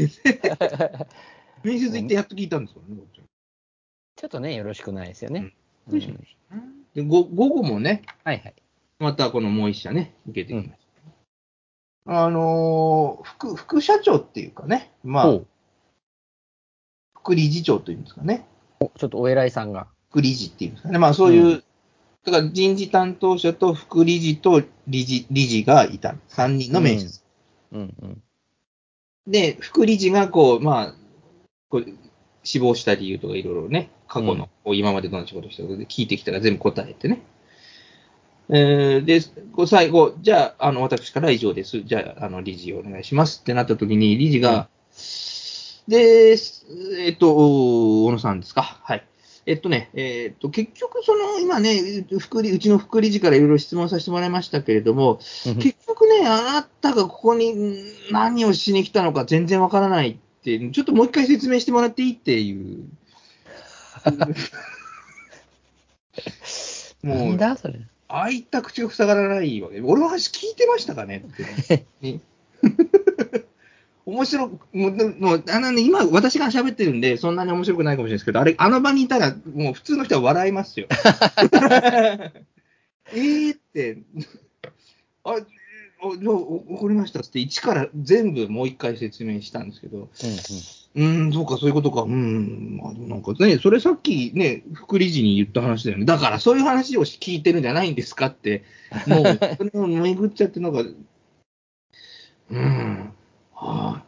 [SPEAKER 2] (laughs)
[SPEAKER 1] 面接行ってやっと聞いたんですよね、こっちは
[SPEAKER 2] ちょっとね、よろしくないですよね。
[SPEAKER 1] う
[SPEAKER 2] うんん
[SPEAKER 1] よろしくでご午後もね、
[SPEAKER 2] はいはい。
[SPEAKER 1] またこのもう一社ね、受けてきました。あのー副、副社長っていうかね、ま
[SPEAKER 2] ほ
[SPEAKER 1] あ
[SPEAKER 2] う、
[SPEAKER 1] 副理事長というんですかね、
[SPEAKER 2] おちょっとお偉いさんが。
[SPEAKER 1] 副理事っていうんですかね、まあそういう、
[SPEAKER 2] う
[SPEAKER 1] だから人事担当者と副理事と理事理事がいた、3人の面接。
[SPEAKER 2] うんうん。
[SPEAKER 1] で、副理事がこう、まあ、こう死亡した理由とかいろいろね、過去の、こう今までどんな仕事したかで聞いてきたら全部答えてね。えーで、こう最後、じゃあ、あの、私からは以上です。じゃあ、あの、理事お願いしますってなった時に、理事が、で、すえっと、小野さんですか。はい。えっとね、えっと、結局、その、今ね、副理、うちの副理事からいろいろ質問させてもらいましたけれども、結局ね、あなたがここにん何をしに来たのか全然わからないって、ちょっともう一回説明してもらっていいっていう。も
[SPEAKER 2] (laughs) (laughs) なん
[SPEAKER 1] う、
[SPEAKER 2] だそれ。
[SPEAKER 1] 開いた口が塞がらないわけ。俺の話聞いてましたかねって。ね (laughs) 面白く、もう、でもうあのね、今私が喋ってるんで、そんなに面白くないかもしれないですけど、あれ、あの場にいたら、もう普通の人は笑いますよ。えーって、あ、あじゃあ、わかりましたっつって、一から全部もう一回説明したんですけど、
[SPEAKER 2] うんうん
[SPEAKER 1] うーん、そうか、そういうことか。うーん、まあ、でもなんかね、それさっきね、副理事に言った話だよね。だから、そういう話を聞いてるんじゃないんですかって、もう、それを巡っちゃって、なんか、うーん、はい、あ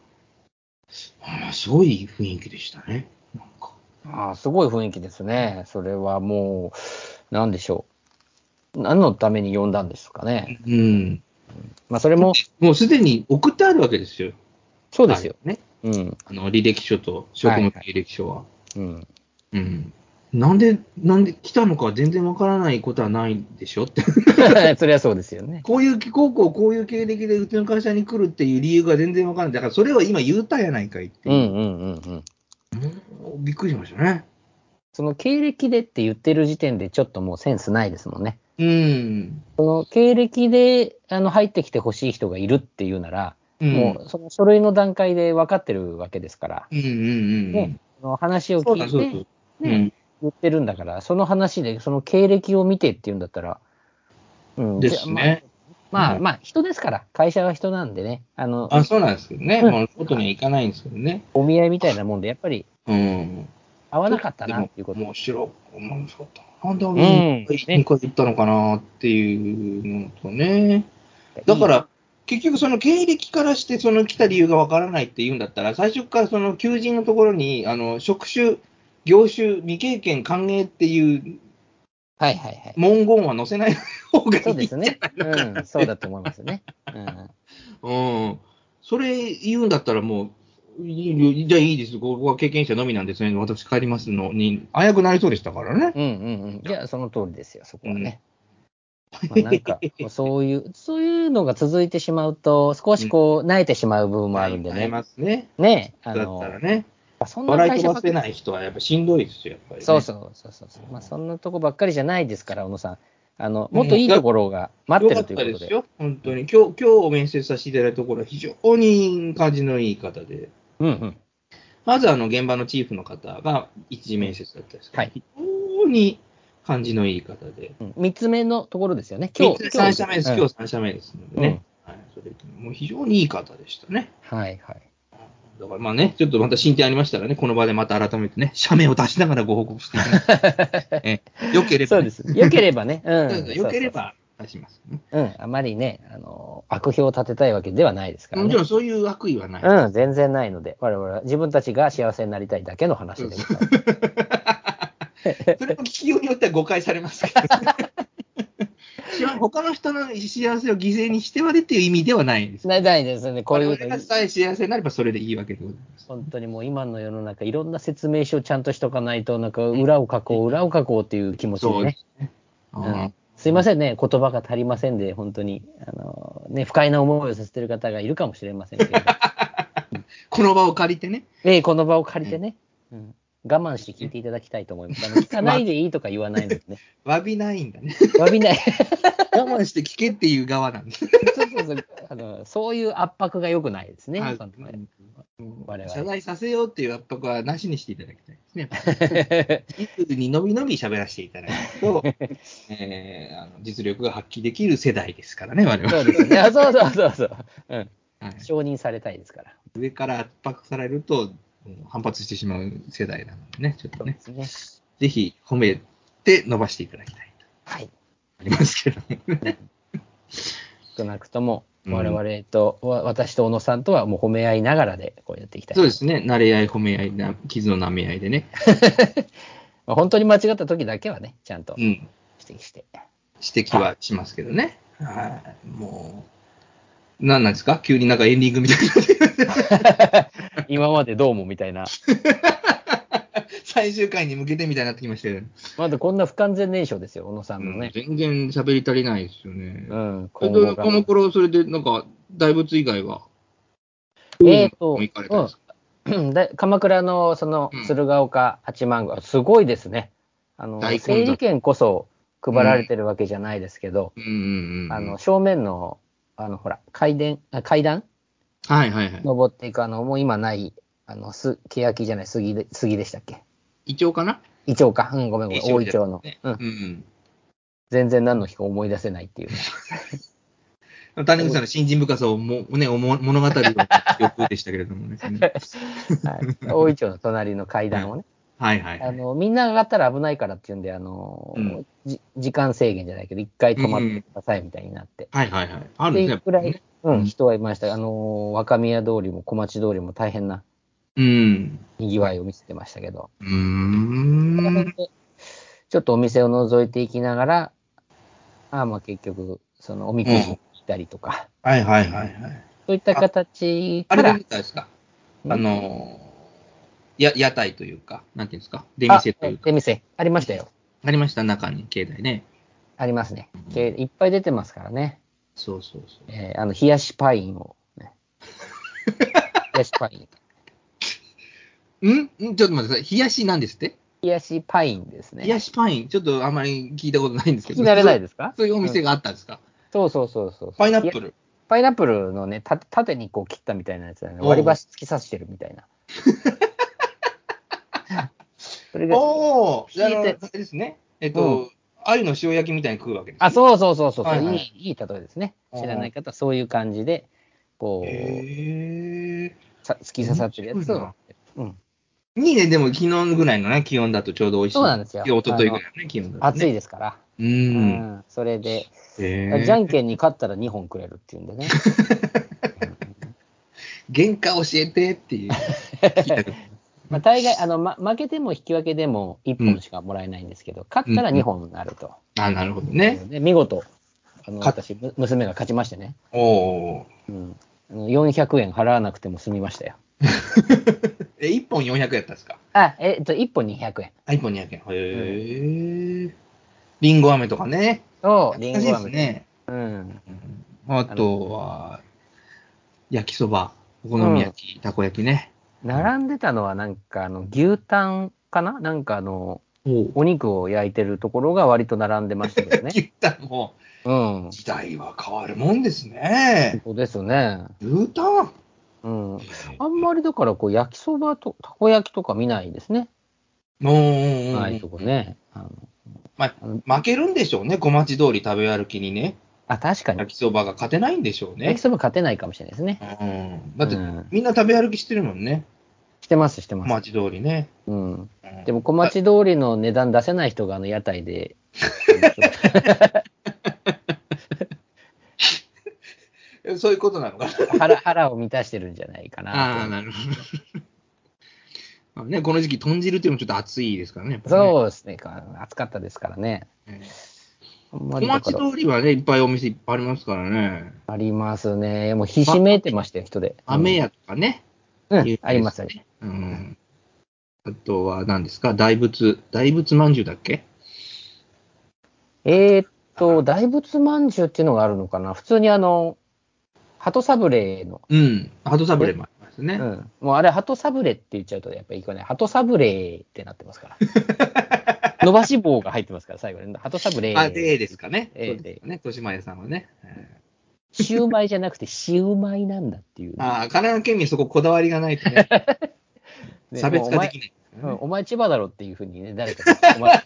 [SPEAKER 1] ー。すごい雰囲気でしたね。なんか。
[SPEAKER 2] ああ、すごい雰囲気ですね。それはもう、なんでしょう。何のために呼んだんですかね。
[SPEAKER 1] うん。
[SPEAKER 2] まあ、それも、
[SPEAKER 1] もうすでに送ってあるわけですよ。
[SPEAKER 2] そうですよ。
[SPEAKER 1] あれね。
[SPEAKER 2] うん。
[SPEAKER 1] あの、履歴書と、職務
[SPEAKER 2] はい
[SPEAKER 1] 履歴書は。
[SPEAKER 2] うん。 (laughs)
[SPEAKER 1] うん。なんで、なんで来たのか全然わからないことはないでしょって。
[SPEAKER 2] それはそうですよね。
[SPEAKER 1] こういう、こうこう、こういう経歴でうちの会社に来るっていう理由が全然わからない。だからそれは今言うたやないかいって
[SPEAKER 2] うん
[SPEAKER 1] いう。
[SPEAKER 2] うんうんうん。
[SPEAKER 1] うんびっくりしましたね。
[SPEAKER 2] その経歴でって言ってる時点でちょっともうセンスないですもんね。
[SPEAKER 1] うん。
[SPEAKER 2] その経歴であの入ってきてほしい人がいるっていうなら、
[SPEAKER 1] うん
[SPEAKER 2] もうその書類の段階で分かってるわけですから、
[SPEAKER 1] うんうんうんう
[SPEAKER 2] ね
[SPEAKER 1] ん。、
[SPEAKER 2] その話を
[SPEAKER 1] そう
[SPEAKER 2] 聞
[SPEAKER 1] だそうだ。
[SPEAKER 2] いて
[SPEAKER 1] うん
[SPEAKER 2] 言ってるんだから、その話でその経歴を見てっていうんだったら、うん、
[SPEAKER 1] ですね。
[SPEAKER 2] まあ、ま
[SPEAKER 1] う
[SPEAKER 2] あ、
[SPEAKER 1] ん
[SPEAKER 2] まあ、人ですから、会社は人なんでね、あの、
[SPEAKER 1] あ、そうなんですけどね。
[SPEAKER 2] うん
[SPEAKER 1] まあ、ことにはいかないんですけどね。
[SPEAKER 2] お見合いみたいなもんで、やっぱり
[SPEAKER 1] うん。
[SPEAKER 2] 合わなかった
[SPEAKER 1] で
[SPEAKER 2] なっ
[SPEAKER 1] も
[SPEAKER 2] ていうこと。
[SPEAKER 1] 面白い、面白かった。なんであ
[SPEAKER 2] うん
[SPEAKER 1] れ、2回行ったのかなっていうのとね。だか
[SPEAKER 2] いい、
[SPEAKER 1] ら、結局その経歴からして、その来た理由がわからないって言うんだったら、最初からその求人のところに、あの、職種、業種、未経験、歓迎っていう
[SPEAKER 2] はいはいはい。
[SPEAKER 1] 文言は載せない方がいい。
[SPEAKER 2] そうですね。うん、そうだと思いますね。うん
[SPEAKER 1] うん。それ言うんだったらもう、いいじゃあいいです。ここは経験者のみなんですね。私帰りますのに、危うくなりそうでしたからね。
[SPEAKER 2] うんうんうん。じゃあ、その通りですよ、そこはね。まあ、なんか、そういう、そういうのが続いてしまうと、少しこう、慣れてしまう部分もあるんで
[SPEAKER 1] あり
[SPEAKER 2] ね。
[SPEAKER 1] ますね。
[SPEAKER 2] ね、あ
[SPEAKER 1] だった
[SPEAKER 2] の
[SPEAKER 1] ら、ね。
[SPEAKER 2] そんな
[SPEAKER 1] 笑い
[SPEAKER 2] 会
[SPEAKER 1] 飛
[SPEAKER 2] 社
[SPEAKER 1] ば
[SPEAKER 2] ばっ
[SPEAKER 1] せ
[SPEAKER 2] かり。
[SPEAKER 1] ない人はやっぱしんどいですよ、やっぱり、ね。
[SPEAKER 2] そうそうそうそうそう。まあ、そんなとこばっかりじゃないですから、小野さん。あの、もっといいところが待ってるという
[SPEAKER 1] 良かった
[SPEAKER 2] こと
[SPEAKER 1] です
[SPEAKER 2] で。
[SPEAKER 1] よ、本当に。今日、今日面接させていただいたところは非常に感じのいい方で、
[SPEAKER 2] うんうん。
[SPEAKER 1] まずあの現場のチーフの方が一次面接だったんですけど、
[SPEAKER 2] はい
[SPEAKER 1] 非常に感じのいい方で、
[SPEAKER 2] うん三つ目のところですよね。今
[SPEAKER 1] 今
[SPEAKER 2] 日。
[SPEAKER 1] 日3社目です、
[SPEAKER 2] うん
[SPEAKER 1] 今日3社目ですのでね、はい、それもう非常にいい方でしたね。
[SPEAKER 2] はいはい。
[SPEAKER 1] だからまあね、ちょっとまた進展ありましたらね、この場でまた改めてね、社名を出し
[SPEAKER 2] (laughs)
[SPEAKER 1] ながらご報告していただいて、えよければ、 (laughs)
[SPEAKER 2] そうです。よければね。うん。
[SPEAKER 1] よければ、はしますね。
[SPEAKER 2] うん、あまりね、あの、悪評を立てたいわけではないですから
[SPEAKER 1] もちろ
[SPEAKER 2] ね。
[SPEAKER 1] んそういう悪意はない。
[SPEAKER 2] うん、全然ないので、我々は自分たちが幸せになりたいだけの話
[SPEAKER 1] (laughs)
[SPEAKER 2] でございます。
[SPEAKER 1] それも聞きようによっては誤解されますから、ね。幸せ他の人の幸せを犠牲にしてまでっていう意味ではないんです。
[SPEAKER 2] ないないですね、こういう
[SPEAKER 1] 我々がさえ幸せになればそれでいいわけでございます。
[SPEAKER 2] 本当にもう今の世の中、いろんな説明書をちゃんとしとかないと、なんか裏を書こう、裏を書こうっていう気持ちでね。
[SPEAKER 1] そう
[SPEAKER 2] う
[SPEAKER 1] ですね。
[SPEAKER 2] んすいませんね、言葉が足りませんで、本当に、あの、ね、不快な思いをさせてる方がいるかもしれません
[SPEAKER 1] (laughs)
[SPEAKER 2] けれど、
[SPEAKER 1] この場を借りてね。
[SPEAKER 2] ええこの場を借りてね、うん、我慢して聞いていただきたいと思います。あの聞かないでいいとか言わないのでね、
[SPEAKER 1] 詫びないんだね。
[SPEAKER 2] 詫びない。 (laughs)
[SPEAKER 1] 我慢して聞けっていう側なんです。
[SPEAKER 2] そうそうそうあの、そういう圧迫が良くないですね。
[SPEAKER 1] はい
[SPEAKER 2] 本当
[SPEAKER 1] う
[SPEAKER 2] に
[SPEAKER 1] ん
[SPEAKER 2] 我々
[SPEAKER 1] 謝罪させようっていう圧迫はなしにしていただきたいですね。 (laughs) いつにのびのび喋らせていただく (laughs) と、えーあの実力が発揮できる世代ですからね、我々
[SPEAKER 2] そうですね。あそうそうそうそう、うん。
[SPEAKER 1] はい
[SPEAKER 2] 承認されたいですから。
[SPEAKER 1] 上から圧迫されるとうん反発してしまう世代なのでね、ちょっとね、
[SPEAKER 2] そうですね。
[SPEAKER 1] ぜひ褒めて伸ばしていただきたいと
[SPEAKER 2] はい。
[SPEAKER 1] ありますけどもね。
[SPEAKER 2] 少なくとも、
[SPEAKER 1] うん
[SPEAKER 2] 我々と、わ私と小野さんとはもう褒め合いながらで、こうやっていきたい。
[SPEAKER 1] そうですね、慣れ合い、褒め合いな、傷の舐め合いでね、
[SPEAKER 2] まあ本当に間違った時だけはね、ちゃんと
[SPEAKER 1] うん、指
[SPEAKER 2] 指摘して。
[SPEAKER 1] 摘はしますけどね。はい、もう、なんなんですか急になんかエンディングみたいな。 (laughs)
[SPEAKER 2] 今までどうもみたいな。
[SPEAKER 1] 最終回に向けてみたいになってきましたよね。
[SPEAKER 2] まだこんな不完全燃焼ですよ、小野さんの
[SPEAKER 1] うん
[SPEAKER 2] ね。
[SPEAKER 4] 全然喋り足りないですよね。
[SPEAKER 2] うん、
[SPEAKER 4] それ
[SPEAKER 2] 今
[SPEAKER 4] で
[SPEAKER 2] 後が
[SPEAKER 4] この頃、それでなんか、大仏以外は、
[SPEAKER 2] えーと
[SPEAKER 4] もう行かれたんですか、
[SPEAKER 2] で鎌倉のその
[SPEAKER 4] うん
[SPEAKER 2] 鶴岡八幡宮、すごいですね。あの
[SPEAKER 4] 大、混
[SPEAKER 2] 整
[SPEAKER 4] 雑
[SPEAKER 2] 理券こそ配られてるわけじゃないですけど、
[SPEAKER 4] うんうんうん。
[SPEAKER 2] あの、正面の、あの、ほら、階段、あ階段
[SPEAKER 4] はいはいはい。
[SPEAKER 2] 登っていく、あの、もう今ない、あの、す、欅じゃない、杉で、杉でしたっけ
[SPEAKER 4] イチョウかな
[SPEAKER 2] イチョウか。うん、ごめんごめん、
[SPEAKER 1] イチョ
[SPEAKER 2] 大
[SPEAKER 1] ウ
[SPEAKER 2] イ
[SPEAKER 1] で
[SPEAKER 2] チ
[SPEAKER 1] す
[SPEAKER 2] ョウの。
[SPEAKER 1] ね
[SPEAKER 2] う。
[SPEAKER 1] うんん。
[SPEAKER 2] 全然何の日か思い出せないってい
[SPEAKER 4] (laughs)
[SPEAKER 2] う。
[SPEAKER 1] 谷口さんの信心深さをも、ね、おも物語るような欲でしたけれどもね。
[SPEAKER 2] (laughs) はい大イチョウの隣の階段をね。
[SPEAKER 1] はいはい、はい。
[SPEAKER 2] あの、みんな上がったら危ないからっていうんで、あの、
[SPEAKER 1] うん
[SPEAKER 2] じ時間制限じゃないけど、一回止まってくださいみたいになって。
[SPEAKER 1] はいはいはい。あ
[SPEAKER 2] っ
[SPEAKER 1] る
[SPEAKER 2] て
[SPEAKER 1] ね。
[SPEAKER 2] い
[SPEAKER 1] や
[SPEAKER 2] う
[SPEAKER 1] っ
[SPEAKER 2] く
[SPEAKER 1] ぱ
[SPEAKER 2] ら
[SPEAKER 1] り
[SPEAKER 2] い
[SPEAKER 1] ね、
[SPEAKER 2] うん、人はいました。あのー若宮通りも小町通りも大変な
[SPEAKER 1] うん。
[SPEAKER 2] 賑わいを見せてましたけど、
[SPEAKER 1] うーん。
[SPEAKER 2] ちょっとお店を覗いていきながら、ああ、まあ結局、そのおみくじに行ったりとか、
[SPEAKER 1] はいはいはいはい。
[SPEAKER 2] そういった形
[SPEAKER 1] あ
[SPEAKER 2] か
[SPEAKER 1] れが
[SPEAKER 2] ら
[SPEAKER 1] 見、たんですか
[SPEAKER 2] うん
[SPEAKER 1] あのー、や、屋台というか、なんていうんですか出店という
[SPEAKER 2] あ
[SPEAKER 1] か。
[SPEAKER 2] 出店、ありましたよ。
[SPEAKER 1] ありました中に、境内ね。
[SPEAKER 2] ありますね。けいっぱい出てますからね。
[SPEAKER 1] そうそうそう。
[SPEAKER 2] えーあの、冷やしパインを、
[SPEAKER 1] (laughs)
[SPEAKER 2] ね。冷やしパイン。
[SPEAKER 1] んんちょっと待ってください。冷やしなんですって
[SPEAKER 2] 冷やしパインですね。
[SPEAKER 1] 冷やしパイン、ちょっとあんまり聞いたことないんですけ
[SPEAKER 2] 聞
[SPEAKER 1] ど。
[SPEAKER 2] き慣れない
[SPEAKER 1] で
[SPEAKER 2] ですか
[SPEAKER 1] そういうお店があったんですか、
[SPEAKER 2] そうそうそうそう。
[SPEAKER 1] パイナップル。
[SPEAKER 2] パイナップルのね、た縦にこう切ったみたいなやつだね。
[SPEAKER 1] おう
[SPEAKER 2] 割り箸突き刺してるみた
[SPEAKER 1] (laughs)
[SPEAKER 2] いな。それが、
[SPEAKER 1] おお
[SPEAKER 2] 聞いて
[SPEAKER 1] あの、あれですね。えっと、鮎の塩焼きみたいに食うわけです。
[SPEAKER 2] あ、そうそうそうそう、
[SPEAKER 1] はいいはいい
[SPEAKER 2] い、いい例えですね。
[SPEAKER 1] おう
[SPEAKER 2] 知らない方はそういう感じで、こう、
[SPEAKER 1] へ
[SPEAKER 2] さ突き刺さってるやつ
[SPEAKER 1] 面白い
[SPEAKER 2] を
[SPEAKER 1] な。
[SPEAKER 2] うん、
[SPEAKER 1] ー。いいね、でも昨日ぐらいのね、気温だとちょうど美味しい。
[SPEAKER 2] そうなんですよ
[SPEAKER 1] 一昨日ぐらいのね、気温だと、ね。
[SPEAKER 2] 暑い
[SPEAKER 1] で
[SPEAKER 2] ですから。
[SPEAKER 1] す。う。
[SPEAKER 2] うんん。それで、
[SPEAKER 1] へ
[SPEAKER 2] じゃ
[SPEAKER 1] ー
[SPEAKER 2] んけんに勝ったら2本くれるっていうんでね。
[SPEAKER 1] 原価教えてって
[SPEAKER 2] (laughs)
[SPEAKER 1] いう。聞いたこと
[SPEAKER 2] まあ、大概、あの、ま、負けても引き分けでも1本しかもらえないんですけど、勝ったら2本になると。
[SPEAKER 1] あ、なるほどね。
[SPEAKER 2] で見事、あの、
[SPEAKER 1] 勝
[SPEAKER 2] 私、む娘が勝ちましてね。
[SPEAKER 1] おお。
[SPEAKER 2] うん、あの400円払わなくても済みましたよ。
[SPEAKER 1] え、1本400円やったんですか
[SPEAKER 2] あ、えっと、1本200円。
[SPEAKER 1] あ、1本200円。へえ。りんご飴とかね。
[SPEAKER 2] と、リンゴ
[SPEAKER 1] 懐かしいで
[SPEAKER 2] 飴。
[SPEAKER 1] すね。
[SPEAKER 2] うん。
[SPEAKER 1] あとは、焼きそば、お好み焼き、たこ焼きね。
[SPEAKER 2] 並んでたのは、なんか、あの、牛タンかななんか、あの、
[SPEAKER 1] お
[SPEAKER 2] お肉を焼いてるところが割と並んでまし
[SPEAKER 1] (laughs)
[SPEAKER 2] たけどね。
[SPEAKER 1] 言ったらも
[SPEAKER 2] うん
[SPEAKER 1] う、。時代は変わるもんですね。
[SPEAKER 2] そうですよね。
[SPEAKER 1] 牛タン。
[SPEAKER 2] うん。あんまりだから、こう、焼きそばと、たこ焼きとか見ないですね。
[SPEAKER 1] うんうんうん
[SPEAKER 2] ああいうとこね。あの
[SPEAKER 1] まあ、負けるんでしょうね、小町通り食べ歩きにね。
[SPEAKER 2] あ、確かに。
[SPEAKER 1] 焼きそばが勝てないんでしょう
[SPEAKER 2] 焼き
[SPEAKER 1] ね。
[SPEAKER 2] そば勝てないかもしれないですね。
[SPEAKER 1] うん、だって、
[SPEAKER 2] うん
[SPEAKER 1] みんな食べ歩きしてるもんね、
[SPEAKER 2] してます、して
[SPEAKER 1] 小
[SPEAKER 2] ま
[SPEAKER 1] 町
[SPEAKER 2] す。
[SPEAKER 1] 通りね。
[SPEAKER 2] うん。
[SPEAKER 1] うん
[SPEAKER 2] でも小町
[SPEAKER 1] (laughs)
[SPEAKER 2] 通りの値段出せない人があの屋台で、あのちょっ
[SPEAKER 5] そういうことなのかな。
[SPEAKER 2] 腹腹を満たしてるんじゃないか
[SPEAKER 1] ああ、
[SPEAKER 2] な
[SPEAKER 1] なるほど。 (laughs) まあね、この時期、豚汁っていうのもちょっと暑いですからね、やっぱ
[SPEAKER 2] と。
[SPEAKER 1] り、ね。
[SPEAKER 2] そうですね。か暑かったですからね。
[SPEAKER 1] ええ
[SPEAKER 2] あんま
[SPEAKER 1] 小
[SPEAKER 2] りだ
[SPEAKER 1] 町
[SPEAKER 2] から
[SPEAKER 1] 通りはね、いっぱいお店いっぱいありますからね。
[SPEAKER 2] ありますね。もうひしめいてましたよ、人で。
[SPEAKER 1] 雨屋とかね。有名
[SPEAKER 2] うん
[SPEAKER 1] ですね
[SPEAKER 2] ありますありま
[SPEAKER 1] うん。あとは何ですか大仏。大仏まんじゅうだっけ
[SPEAKER 2] えーっと、大仏饅頭っていうのがあるのかな普通にあの、鳩サブレーの、
[SPEAKER 1] うん。鳩サブレーもありますね。
[SPEAKER 2] うん。もうあれ、鳩サブレーって言っちゃうと、やっぱりいいかね。鳩サブレーってなってますから。
[SPEAKER 1] (laughs)
[SPEAKER 2] 伸ばし棒が入ってますから、最後に。鳩サブレー。
[SPEAKER 1] あ、で、ですかね。
[SPEAKER 2] ええ
[SPEAKER 1] そうですね。豊島屋さんはね。え
[SPEAKER 2] シウマイじゃなくて、シウマイなんだっていう
[SPEAKER 1] えああ、神奈川県民そここだわりがないとね、
[SPEAKER 2] (laughs) ね。
[SPEAKER 1] 差別化できない。
[SPEAKER 2] もうお前うんお前千葉だろっていうふうにね、誰かがお前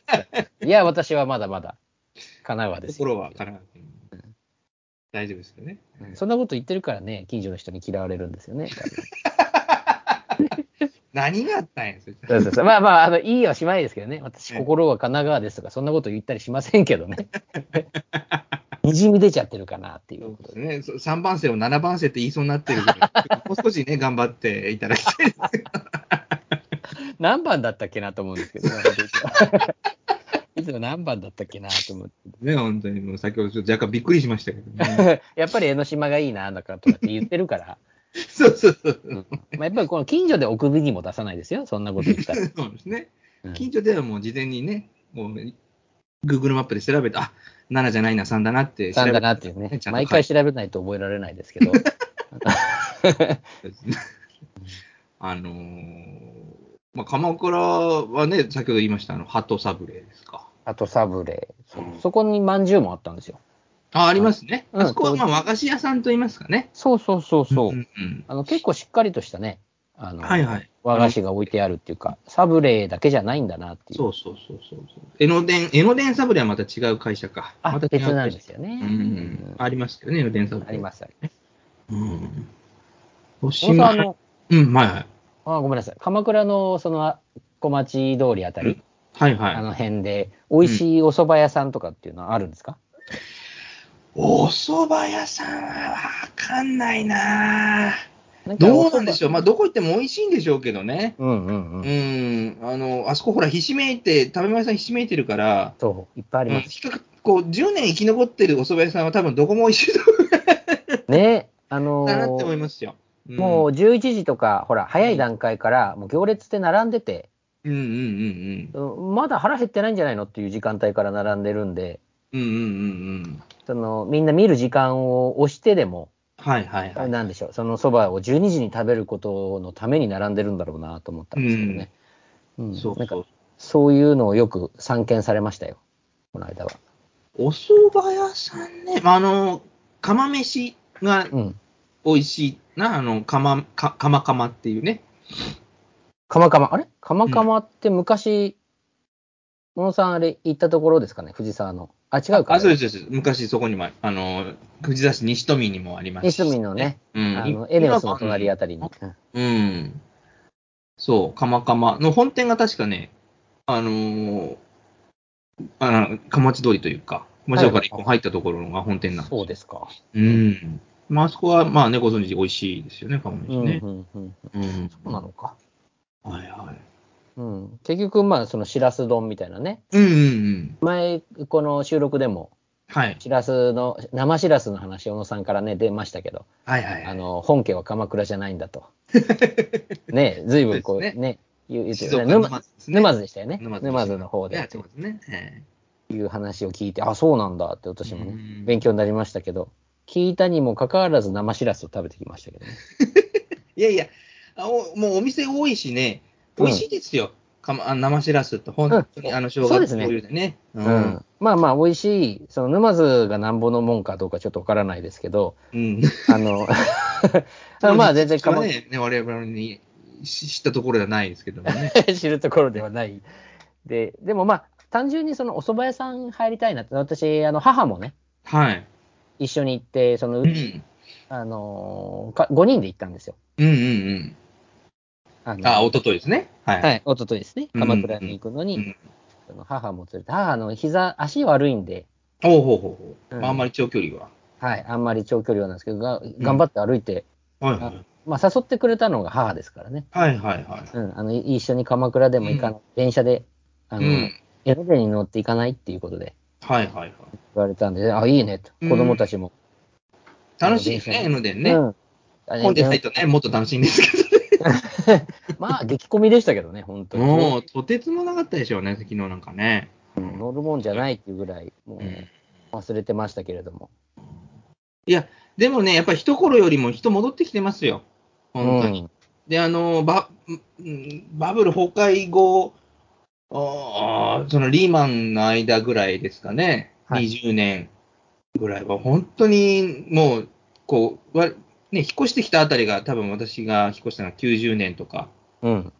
[SPEAKER 1] (laughs)
[SPEAKER 2] いや、私はまだまだ、神奈川ですよ。
[SPEAKER 1] 心は神奈川県民。大丈夫ですよね。
[SPEAKER 2] うんそんなこと言ってるからね、近所の人に嫌われるんですよね。
[SPEAKER 1] 何があったんや、それ。
[SPEAKER 2] そうそうそうまあまあ、あの、いいはしまいですけどね。私、心は神奈川ですとか、そんなこと言ったりしませんけ
[SPEAKER 1] (laughs)
[SPEAKER 2] どね。にじみ出ちゃってるかなってい
[SPEAKER 1] そうう
[SPEAKER 2] ことで。
[SPEAKER 1] ですね。そ3番線を7番線って言い (laughs) そうになってるけど、もう少しね、頑張っていただきたいです。
[SPEAKER 2] 何番だったっけなと思うんです
[SPEAKER 1] (laughs)
[SPEAKER 2] けど、ね、 (laughs) いつも何番だったっけなと思って。
[SPEAKER 1] ね、本当にもう先ほどちょっと若干びっくりしましたけど、ね、
[SPEAKER 2] (laughs) やっぱり江ノ島がいいな、だからとかって言ってるから。
[SPEAKER 1] そうそうそうう。
[SPEAKER 2] んまあ、やっぱりこの近所でお首にも出さないですよ、そんなこと言っ
[SPEAKER 1] (laughs)
[SPEAKER 2] たら。
[SPEAKER 1] そうですね。
[SPEAKER 2] うん
[SPEAKER 1] 近所ではもう事前にね、もう Google マップで調べて、あ7じゃないな、3だなって調
[SPEAKER 2] なん
[SPEAKER 1] べ
[SPEAKER 2] だ
[SPEAKER 1] て
[SPEAKER 2] なっていうね
[SPEAKER 1] ちゃ。んと
[SPEAKER 2] 毎回調べないと覚えられないですけど。
[SPEAKER 1] ですねあのーまあ、鎌倉はね、先ほど言いました、あの、鳩サブレーですか。
[SPEAKER 2] (laughs) あとサブレー。
[SPEAKER 1] うん
[SPEAKER 2] そそこにまんじゅうもあったんですよ。
[SPEAKER 1] あ、ありますね。
[SPEAKER 2] うん
[SPEAKER 1] あそこはまあ和菓子屋さんと言いますかね。
[SPEAKER 2] そうそうそうそう。
[SPEAKER 1] んうん、
[SPEAKER 2] あの結構しっかりとしたね、あの
[SPEAKER 1] はいはい。
[SPEAKER 2] 和菓子が置いてあるっていうか、サブレーだけじゃないんだなっていう。
[SPEAKER 1] そうそうそうそうそう。江ノ電、江ノ電サブレーはまた違う会社か。
[SPEAKER 2] あ
[SPEAKER 1] また違う
[SPEAKER 2] 別
[SPEAKER 1] 会社
[SPEAKER 2] なんですよね。
[SPEAKER 1] うんうん、ありますよね、江ノ電サブレー。
[SPEAKER 2] ありますあります。
[SPEAKER 1] うん。おし
[SPEAKER 2] 小野
[SPEAKER 1] まい
[SPEAKER 2] さんあの
[SPEAKER 1] うん、はいはい。
[SPEAKER 2] あ、ごめんなさい。鎌倉のそのあ小町通りあたり、
[SPEAKER 1] はい
[SPEAKER 2] あ
[SPEAKER 1] はい。
[SPEAKER 2] の辺で、美味しいお蕎麦屋さんとかっていうのはあるんですか、
[SPEAKER 1] お蕎麦屋さんはわかんないなぁ
[SPEAKER 2] なんか
[SPEAKER 1] どうなんでし
[SPEAKER 2] ょ
[SPEAKER 1] ょう。まあ、どこ行っても美味しいんでしょうけどね。
[SPEAKER 2] ううんうんう。
[SPEAKER 1] うんん。あの、あそこほら、ひしめいて、食べ物屋さんひしめいてるから、
[SPEAKER 2] そう、いっぱいあ
[SPEAKER 1] う
[SPEAKER 2] り
[SPEAKER 1] ん、
[SPEAKER 2] ます。
[SPEAKER 1] 比較、こう、10年生き残ってるお蕎麦屋さんは多分どこも美味しいと思 (laughs)
[SPEAKER 2] ね、あの
[SPEAKER 1] う
[SPEAKER 2] ー
[SPEAKER 1] なって思いますよ。うん
[SPEAKER 2] もう11時とか、ほら、早い段階から、もう行列で並んでて、
[SPEAKER 1] うんうんうん
[SPEAKER 2] うんまだ腹減ってないんじゃないのっていう時間帯から並んでるんで、
[SPEAKER 1] うん。うんうんうんうん。
[SPEAKER 2] そのみんな見る時間を押してでも、
[SPEAKER 1] はいはいはい。
[SPEAKER 2] なんでしょう、そのそばを12時に食べることのために並んでるんだろうなと思ったんですけどね。うん
[SPEAKER 1] そう
[SPEAKER 2] なん
[SPEAKER 1] そ
[SPEAKER 2] か
[SPEAKER 1] う。
[SPEAKER 2] そういうのをよく散見されましたよ、この間は。
[SPEAKER 1] お蕎麦屋さんね、まあ、あの、釜飯が
[SPEAKER 2] うん。
[SPEAKER 1] 美味しいな、あの、釜、か、釜釜っていうね。
[SPEAKER 2] かまかま、あれかまかまって昔、小野さんあれ行ったところですかね、藤沢の。あ、違うか。
[SPEAKER 1] あ、そうです、そうです。昔そこにもあ、あの、藤沢市西富にもあります
[SPEAKER 2] 西富のね、
[SPEAKER 1] うん。
[SPEAKER 2] あ
[SPEAKER 1] 今
[SPEAKER 2] のエネオスの隣あたりに。うん
[SPEAKER 1] うん。そう、釜釜の本店が確かね、あのー、あの、かまち通りというか、町町から一本入ったところが本店なんですよ
[SPEAKER 2] そうですか。
[SPEAKER 1] うん。まあ、あそこは、まあね、ご存知美味しいですよね、釜
[SPEAKER 2] う
[SPEAKER 1] 飯
[SPEAKER 2] ん
[SPEAKER 1] ね。
[SPEAKER 2] うんうん。
[SPEAKER 1] うん。
[SPEAKER 2] そうなのか。
[SPEAKER 1] はいはい。
[SPEAKER 2] うん、結局、まあ、そのしらす丼みたいなね、
[SPEAKER 1] うんうんうん。
[SPEAKER 2] 前、この収録でも、
[SPEAKER 1] はい。
[SPEAKER 2] しらすの、生しらすの話、小野さんからね、出ましたけど、
[SPEAKER 1] はいはい
[SPEAKER 2] あ
[SPEAKER 1] はい。
[SPEAKER 2] の、本家は鎌倉じゃないん
[SPEAKER 1] (laughs)
[SPEAKER 2] だと。ね、ずいぶんこう、
[SPEAKER 1] そうです
[SPEAKER 2] ね、言う言って
[SPEAKER 1] 静
[SPEAKER 2] た
[SPEAKER 1] 岡
[SPEAKER 2] ね沼
[SPEAKER 1] 沼津ですね。
[SPEAKER 2] 沼津でしたよね。
[SPEAKER 1] 沼
[SPEAKER 2] 沼
[SPEAKER 1] 津
[SPEAKER 2] 津
[SPEAKER 1] でした
[SPEAKER 2] の方
[SPEAKER 1] いや
[SPEAKER 2] で、
[SPEAKER 1] そうですね。え
[SPEAKER 2] いう話を聞いて、あ、そうなんだって私も
[SPEAKER 1] う
[SPEAKER 2] ね、
[SPEAKER 1] ん
[SPEAKER 2] 勉強になりましたけど、聞いたにもかかわらず生しらすを食べてきましたけどね。
[SPEAKER 1] えいやいや、あおもうお店多いしね、美味しいですよ。かま、あ生しらすって、本当に、
[SPEAKER 2] うん
[SPEAKER 1] あの、生姜
[SPEAKER 2] そうですね
[SPEAKER 1] 醤油でね。う。
[SPEAKER 2] うんん。まあまあ、美味しい、その沼津がなんぼのもんかどうかちょっとわからないですけど、
[SPEAKER 1] うん。(laughs)
[SPEAKER 2] あの、まあ全然
[SPEAKER 1] か
[SPEAKER 2] 鎌
[SPEAKER 1] まね、ね我々に知知ったところではないですけどもね。 (laughs)
[SPEAKER 2] 知るところではない。で、でもまあ、単純にそのお蕎麦屋さん入りたいなって、私、あの、母もね、
[SPEAKER 1] はい。
[SPEAKER 2] 一緒に行って、その、
[SPEAKER 1] うん。
[SPEAKER 2] あのーか、5人で行ったんですよ。
[SPEAKER 1] うんうん
[SPEAKER 2] あ
[SPEAKER 1] う
[SPEAKER 2] の
[SPEAKER 1] ん。あ、おとといですね。はい。
[SPEAKER 2] はい、おとといですね。
[SPEAKER 1] うんうんうん
[SPEAKER 2] 鎌倉に行くのに、
[SPEAKER 1] うん
[SPEAKER 2] その母も連れて、母あの膝、足悪いんで、
[SPEAKER 1] おうほうほうほう。
[SPEAKER 2] うん
[SPEAKER 1] あんまり長距離は。
[SPEAKER 2] はい、あんまり長距離はなんですけど、が頑張って歩いて、
[SPEAKER 1] はいはい。
[SPEAKER 2] まあ、誘ってくれたのが母ですからね。
[SPEAKER 1] はいはいはい。
[SPEAKER 2] うん、あのい一緒に鎌倉でも行かない、電車で、あの、
[SPEAKER 1] うん
[SPEAKER 2] 江ノ電に乗って行かないっていうことで
[SPEAKER 1] はいはいはい。
[SPEAKER 2] 言われたんで、あ、いいねと、
[SPEAKER 1] うん
[SPEAKER 2] 子供たちも。
[SPEAKER 1] 楽しいですね、江ノ電
[SPEAKER 2] う
[SPEAKER 1] ね。
[SPEAKER 2] んあ
[SPEAKER 1] 混んでないとね、もっと楽しいんですけどね。
[SPEAKER 2] まあ、激混みでしたけどね、本当に。
[SPEAKER 1] もう、とてつもなかったでしょうね、昨日なんかね。
[SPEAKER 2] 乗るもんじゃないっていうぐらい、も
[SPEAKER 1] うん
[SPEAKER 2] う忘れてましたけれども。
[SPEAKER 1] いや、でもね、やっぱり一頃よりも人戻ってきてますよ。本当に。
[SPEAKER 2] うん
[SPEAKER 1] で、あの、バうんバブル崩壊後、あーそのリーマンの間ぐらいですかね、
[SPEAKER 4] はい
[SPEAKER 1] 20年ぐらいは、本当にもう、こう、わね、引っ越してきたあたりが、多分私が引っ越したのは90年とか、
[SPEAKER 2] うん。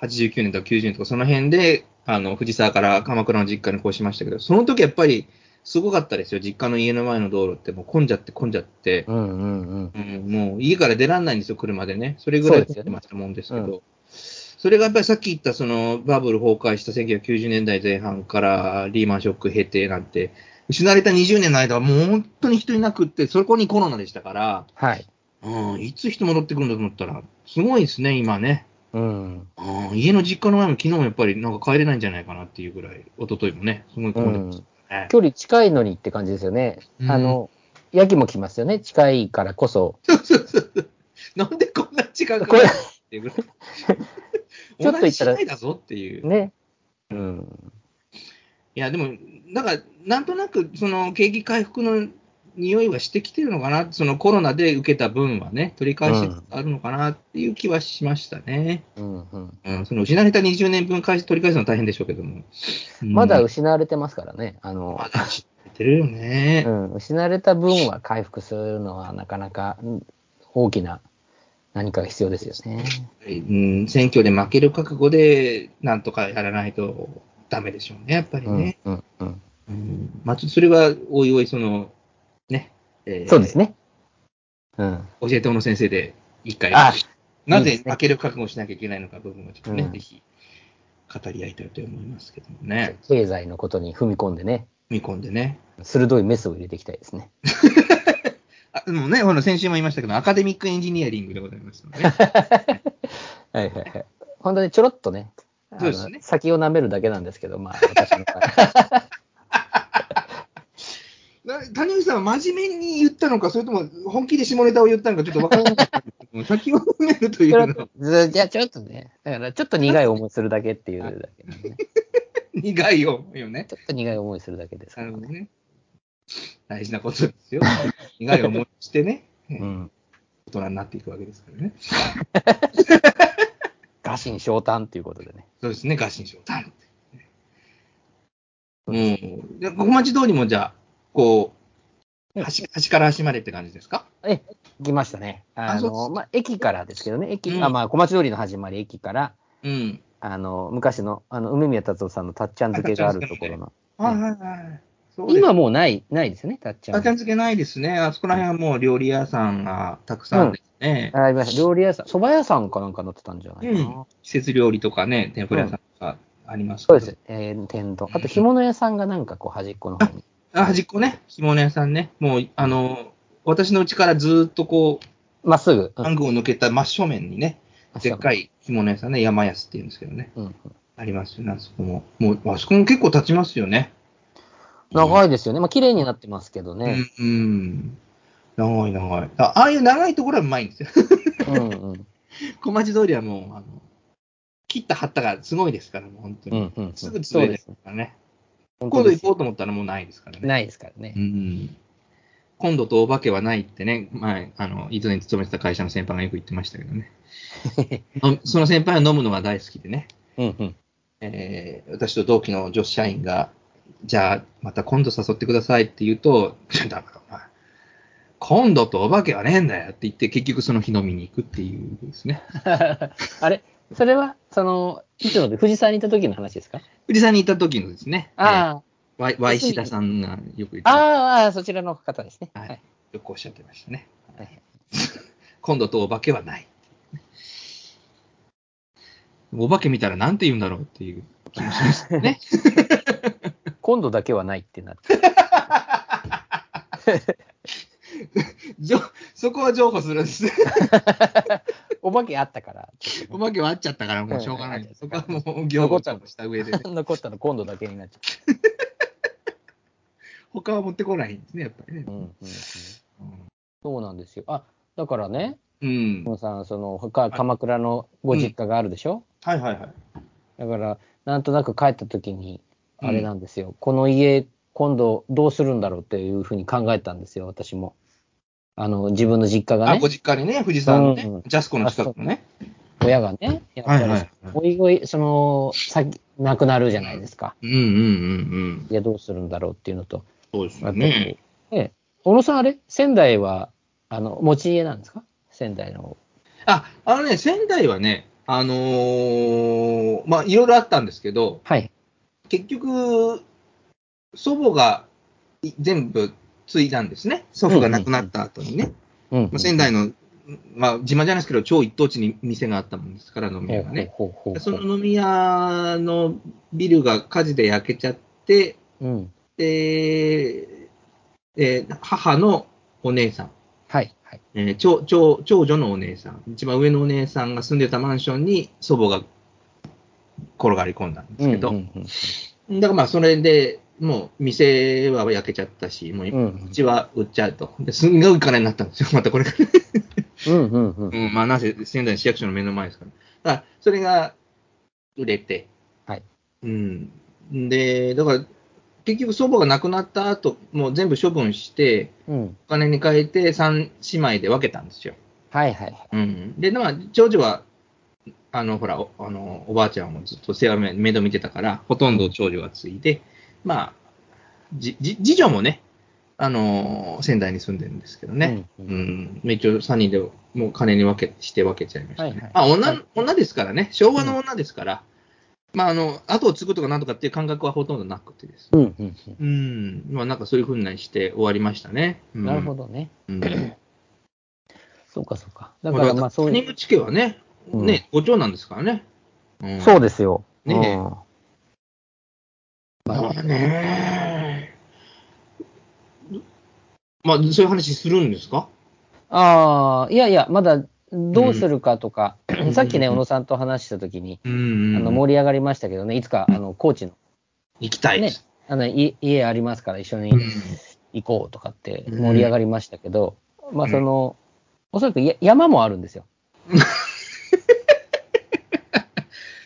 [SPEAKER 1] 89年とか90年とか、その辺で、あの、藤沢から鎌倉の実家に越しましたけど、その時やっぱり、すごかったですよ。実家の家の前の道路って、もう混んじゃって混んじゃって、
[SPEAKER 2] うんうんうん。
[SPEAKER 1] うん、もう家から出られないんですよ、車でね。それぐらいやってましたもんですけど、それがやっぱりさっき言ったそのバブル崩壊した1990年代前半からリーマンショック経てなんて、失われた20年の間はもう本当に人いなくって、そこにコロナでしたから、
[SPEAKER 2] はい。
[SPEAKER 1] うん、いつ人戻ってくるんだと思ったら、すごいですね、今ね。
[SPEAKER 2] うん。
[SPEAKER 1] うん、家の実家の前も昨日もやっぱりなんか帰れないんじゃないかなっていうぐらい、一昨日もね、すごい混んでましたね。
[SPEAKER 2] 距離近いのにって感じですよね。
[SPEAKER 1] うん
[SPEAKER 2] あの、やきもきますよね。近いからこそ。
[SPEAKER 1] なんでこんな時間か
[SPEAKER 2] こ
[SPEAKER 1] かる
[SPEAKER 2] れ
[SPEAKER 1] っ、ていうぐらい。
[SPEAKER 2] ちょっと言ったら
[SPEAKER 1] 同じ市内だぞっていう。
[SPEAKER 2] ね。うん。
[SPEAKER 1] いや、でも、なんか、なんとなく、その、景気回復の匂いはしてきてるのかな、そのコロナで受けた分はね、取り返しつつあるのかなっていう気はしましたね。
[SPEAKER 2] うんうん。
[SPEAKER 1] うん、その失われた20年分返し取り返すのは大変でしょうけども。うん
[SPEAKER 2] まだ失われてますからね。あの
[SPEAKER 1] ま、だ知ってるよね
[SPEAKER 2] う。ん。失われた分は回復するのはなかなかうん大きな何かが必要ですよね。
[SPEAKER 1] うん、選挙で負ける覚悟で、なんとかやらないとダメでしょうね、やっぱり
[SPEAKER 2] うん
[SPEAKER 1] ね。
[SPEAKER 2] うんうん。
[SPEAKER 1] うん、まあ、ちょっとそれは、おいおい、その、ね、えー
[SPEAKER 2] そうですね。うん。
[SPEAKER 1] 教えて小野先生で一回
[SPEAKER 2] あ、
[SPEAKER 1] なぜ
[SPEAKER 2] いいですね
[SPEAKER 1] 負ける覚悟をしなきゃいけないのか部分をちょっとね、
[SPEAKER 2] うん
[SPEAKER 1] ぜひ語り合いたいと思いますけどもね、
[SPEAKER 2] 経済のことに踏み込んでね、
[SPEAKER 1] 見込んでね。
[SPEAKER 2] 鋭いメスを入れていきたいですね。
[SPEAKER 1] あでもね、ほら先週も言いましたけど、アカデミックエンジニアリングでございますので、ね、
[SPEAKER 2] はいはいはい。本当にちょろっとね、あの
[SPEAKER 1] そうですね
[SPEAKER 2] 先を舐めるだけなんですけど、まあ、私の場合
[SPEAKER 1] な谷口さんは真面目に言ったのか、それとも本気で下ネタを言ったのか、ちょっとわからないんですけど (laughs) も、先を埋めるという
[SPEAKER 2] ちょろっ
[SPEAKER 1] のは
[SPEAKER 2] とずじゃあちょっとね、だからちょっと苦い思いするだけっていうだけなんでね、
[SPEAKER 1] 苦いよ、よね。
[SPEAKER 2] ちょっと苦い思いするだけですか
[SPEAKER 1] な
[SPEAKER 2] ら
[SPEAKER 1] るほど
[SPEAKER 2] ね。
[SPEAKER 1] ね。大事なことですよ。苦い思いをしてね、
[SPEAKER 2] うん。
[SPEAKER 1] 大人になっていくわけですからね。
[SPEAKER 2] 餓心昇胆っていうことでね。
[SPEAKER 1] そうですね、合心賞。ダンうん。で、ここ町通りもじゃあ、こう、端端から端までって感じですか
[SPEAKER 2] え、行きましたね。あ
[SPEAKER 1] あそう
[SPEAKER 2] の、まあ、駅からですけどね、駅、
[SPEAKER 1] うん
[SPEAKER 2] あまあ、小町通りの始まり駅から、
[SPEAKER 1] うん。
[SPEAKER 2] あの、昔の、あの、梅宮達夫さんのたっちゃん漬けがあるところの。
[SPEAKER 1] はいはいはい。そうです
[SPEAKER 2] 今もうない、ないですよね、たっちゃん
[SPEAKER 1] あ
[SPEAKER 2] 漬
[SPEAKER 1] ち
[SPEAKER 2] け
[SPEAKER 1] ゃん。漬けないですね。あそこら辺はもう料理屋さんがたくさんですね。
[SPEAKER 2] ありました。料理屋さん、蕎麦屋さんかなんか載ってたんじゃな
[SPEAKER 1] う
[SPEAKER 2] い
[SPEAKER 1] ん
[SPEAKER 2] かな。。
[SPEAKER 1] 季節料理とかね、天ぷら屋さんとかありますけ
[SPEAKER 2] そう
[SPEAKER 1] ど。
[SPEAKER 2] です。。えー、天丼。あと、干物屋さんがなんかこう、端っこの方に。
[SPEAKER 1] あ、端っこね、干物屋さんね。もう、あの、私の家からずーっとこう、
[SPEAKER 2] まっすぐ。うん
[SPEAKER 1] 暗号を抜けた真正面にね、でっか
[SPEAKER 2] い。
[SPEAKER 1] い干物屋さんね、山安っていうんですけどね。
[SPEAKER 2] うん。
[SPEAKER 1] ありますよね、あそこも。もう、あそこも結構経ちますよね。
[SPEAKER 2] 長いですよね。まあ、綺麗になってますけどね。
[SPEAKER 1] うん。うん長い長い。あああいう長いところはうまいんですよ。 (laughs)
[SPEAKER 2] うんうん。
[SPEAKER 1] 小町通りはもう、あの切った貼ったがすごいですから、もう本当
[SPEAKER 2] う
[SPEAKER 1] に。
[SPEAKER 2] んうん。
[SPEAKER 1] すぐ潰
[SPEAKER 2] そう
[SPEAKER 1] れ
[SPEAKER 2] で
[SPEAKER 1] です
[SPEAKER 2] す。
[SPEAKER 1] からね。
[SPEAKER 2] 本
[SPEAKER 1] 今
[SPEAKER 2] 当
[SPEAKER 1] 度
[SPEAKER 2] で
[SPEAKER 1] 行
[SPEAKER 2] す
[SPEAKER 1] こうと思ったらもうないですからね。
[SPEAKER 2] ないですから
[SPEAKER 1] う
[SPEAKER 2] ね。
[SPEAKER 1] ん。今度とお化けはないってね、前、あの、以前勤めてた会社の先輩がよく言ってましたけど
[SPEAKER 2] (laughs)
[SPEAKER 1] ね。のその先輩は飲むのが大好きでね。
[SPEAKER 2] うんうん。
[SPEAKER 1] えー私と同期の女子社員が、じゃあ、また今度誘ってくださいって言うと、 (laughs) だからお前、今度とお化けはねえんだよって言って、結局その日飲みに行くっていうですね。
[SPEAKER 2] あれそれは、その、いつので、藤沢にいた時の話ですか
[SPEAKER 1] 富士山に行った時のですね、
[SPEAKER 2] あ
[SPEAKER 1] えー、Y- Y 石田さんがよく言って
[SPEAKER 2] あ、
[SPEAKER 1] た、
[SPEAKER 2] あーあー、そちらの方ですね。
[SPEAKER 1] はい
[SPEAKER 2] はい。
[SPEAKER 1] よくおっしゃってましたね。
[SPEAKER 2] はい
[SPEAKER 1] (laughs) 今度とお化けはない。お化け見たらなんて言うんだろうっていう気もしましたね。
[SPEAKER 2] 今度だけはないってなって。
[SPEAKER 1] じょそこは譲歩するんです。
[SPEAKER 2] お化けあったから。
[SPEAKER 1] おまけはあっちゃったから、もうしょうがない。そこはもう業務をした上でね、
[SPEAKER 2] 残ったの今度だけになっちゃ
[SPEAKER 1] 他は持ってこないんですね、やっぱりね
[SPEAKER 2] う。。うんうんうん、そうなんですよ。あ、だからね、
[SPEAKER 1] うん。
[SPEAKER 2] もうさん、その、他、鎌倉のご実家があるでしょ、
[SPEAKER 1] はいはいはい。
[SPEAKER 2] だから、なんとなく帰った時に、
[SPEAKER 1] うん
[SPEAKER 2] あれなんですよ。この家、今度どうするんだろうっていうふうに考えたんですよ、私も。あの、自分の実家が
[SPEAKER 1] あ、
[SPEAKER 2] ね
[SPEAKER 1] ご、実家にね、富士山のね、
[SPEAKER 2] うんうん
[SPEAKER 1] ジャスコの近くのね。
[SPEAKER 2] 親がね、やっぱり、
[SPEAKER 1] はいはいはい
[SPEAKER 2] おいおい、その、先、亡くなるじゃないですか。
[SPEAKER 4] うんうんうん
[SPEAKER 2] いや、どうするんだろうっていうのと、
[SPEAKER 4] うん。そうです
[SPEAKER 2] あ
[SPEAKER 4] よ
[SPEAKER 2] と
[SPEAKER 4] ね。
[SPEAKER 2] ええ小野さん、あれ仙台は、あの、持ち家なんですか仙台の。
[SPEAKER 1] あ、あのね、仙台はね、あのーまあ、いろいろあったんですけど、
[SPEAKER 2] はい。
[SPEAKER 1] 結局、祖母がい全部継いだんですね。祖父が亡くなった後にね。
[SPEAKER 2] うん
[SPEAKER 1] まあ、仙台の、まあ、自慢じゃないですけど、超一等地に店があったもんですから、飲み
[SPEAKER 2] ええ
[SPEAKER 1] 屋がね。
[SPEAKER 2] ほうほうほうほう
[SPEAKER 1] その飲み屋のビルが火事で焼けちゃって、
[SPEAKER 2] うん。
[SPEAKER 1] で、えー母のお姉さん、
[SPEAKER 2] はい。はい。
[SPEAKER 1] えー長長長女のお姉さん、一番上のお姉さんが住んでたマンションに祖母が転がり込んだんですけど、
[SPEAKER 2] うんうんうん
[SPEAKER 1] だからまあ、それでもう店は焼けちゃったし、もう
[SPEAKER 2] うんうん
[SPEAKER 1] うちは売っちゃうと。ですんごい金になったんですよ、またこれから。
[SPEAKER 2] うんうんうんうん。
[SPEAKER 1] うん、まあ、なぜ仙台市役所の目の前ですから。だから、それが売れて。
[SPEAKER 2] はい。
[SPEAKER 1] うん。で、だから、結局祖母が亡くなった後、もう全部処分して、
[SPEAKER 2] うん。
[SPEAKER 1] お金に変えて3姉妹で分けたんですよ。
[SPEAKER 2] はいはい。
[SPEAKER 1] うん。で、まあ、長女は、あの、ほら、おあのおばあちゃんをずっと世話め、面倒見てたから、ほとんど長女が継いで、まあ、じ、じ、次女もね、あの仙台に住んでるんですけどね。
[SPEAKER 2] う
[SPEAKER 1] うんん、一応3人でもう金に分けして分けちゃいました、ね
[SPEAKER 2] はいはい
[SPEAKER 1] まあ女、
[SPEAKER 2] はい
[SPEAKER 1] 女ですからね、昭和の女ですから、まあ、あの後を継ぐとかなんとかっていう感覚はほとんどなくてです、
[SPEAKER 2] うんうんうん
[SPEAKER 1] うん、まあなんかそういうふうにして終わりましたね。うん、
[SPEAKER 2] なるほ
[SPEAKER 1] ど。
[SPEAKER 2] どね。
[SPEAKER 1] うん、だ
[SPEAKER 2] そうかそうか。だからまあそう
[SPEAKER 1] 谷
[SPEAKER 2] いう。
[SPEAKER 1] 口家はね、
[SPEAKER 2] うん
[SPEAKER 1] ね、ご長男ですからね。うん、
[SPEAKER 2] そう
[SPEAKER 1] で
[SPEAKER 2] ですよ。
[SPEAKER 1] ねえ
[SPEAKER 2] うん
[SPEAKER 1] まあね。まあ、そういう話するんですか
[SPEAKER 2] ああ、いやいや、まだどうするかとか、
[SPEAKER 1] ん
[SPEAKER 2] さっきね、小野さんと話したときに、
[SPEAKER 1] うん
[SPEAKER 2] あの盛り上がりましたけどね、いつか、あの、高知の
[SPEAKER 1] 行きたいで
[SPEAKER 2] ね
[SPEAKER 1] す。、
[SPEAKER 2] あの、い家ありますから一緒
[SPEAKER 1] う
[SPEAKER 2] に
[SPEAKER 1] ん
[SPEAKER 2] 行こうとかって
[SPEAKER 1] うん
[SPEAKER 2] 盛り上がりましたけど、まあその、おそらくや山もあるんですよ。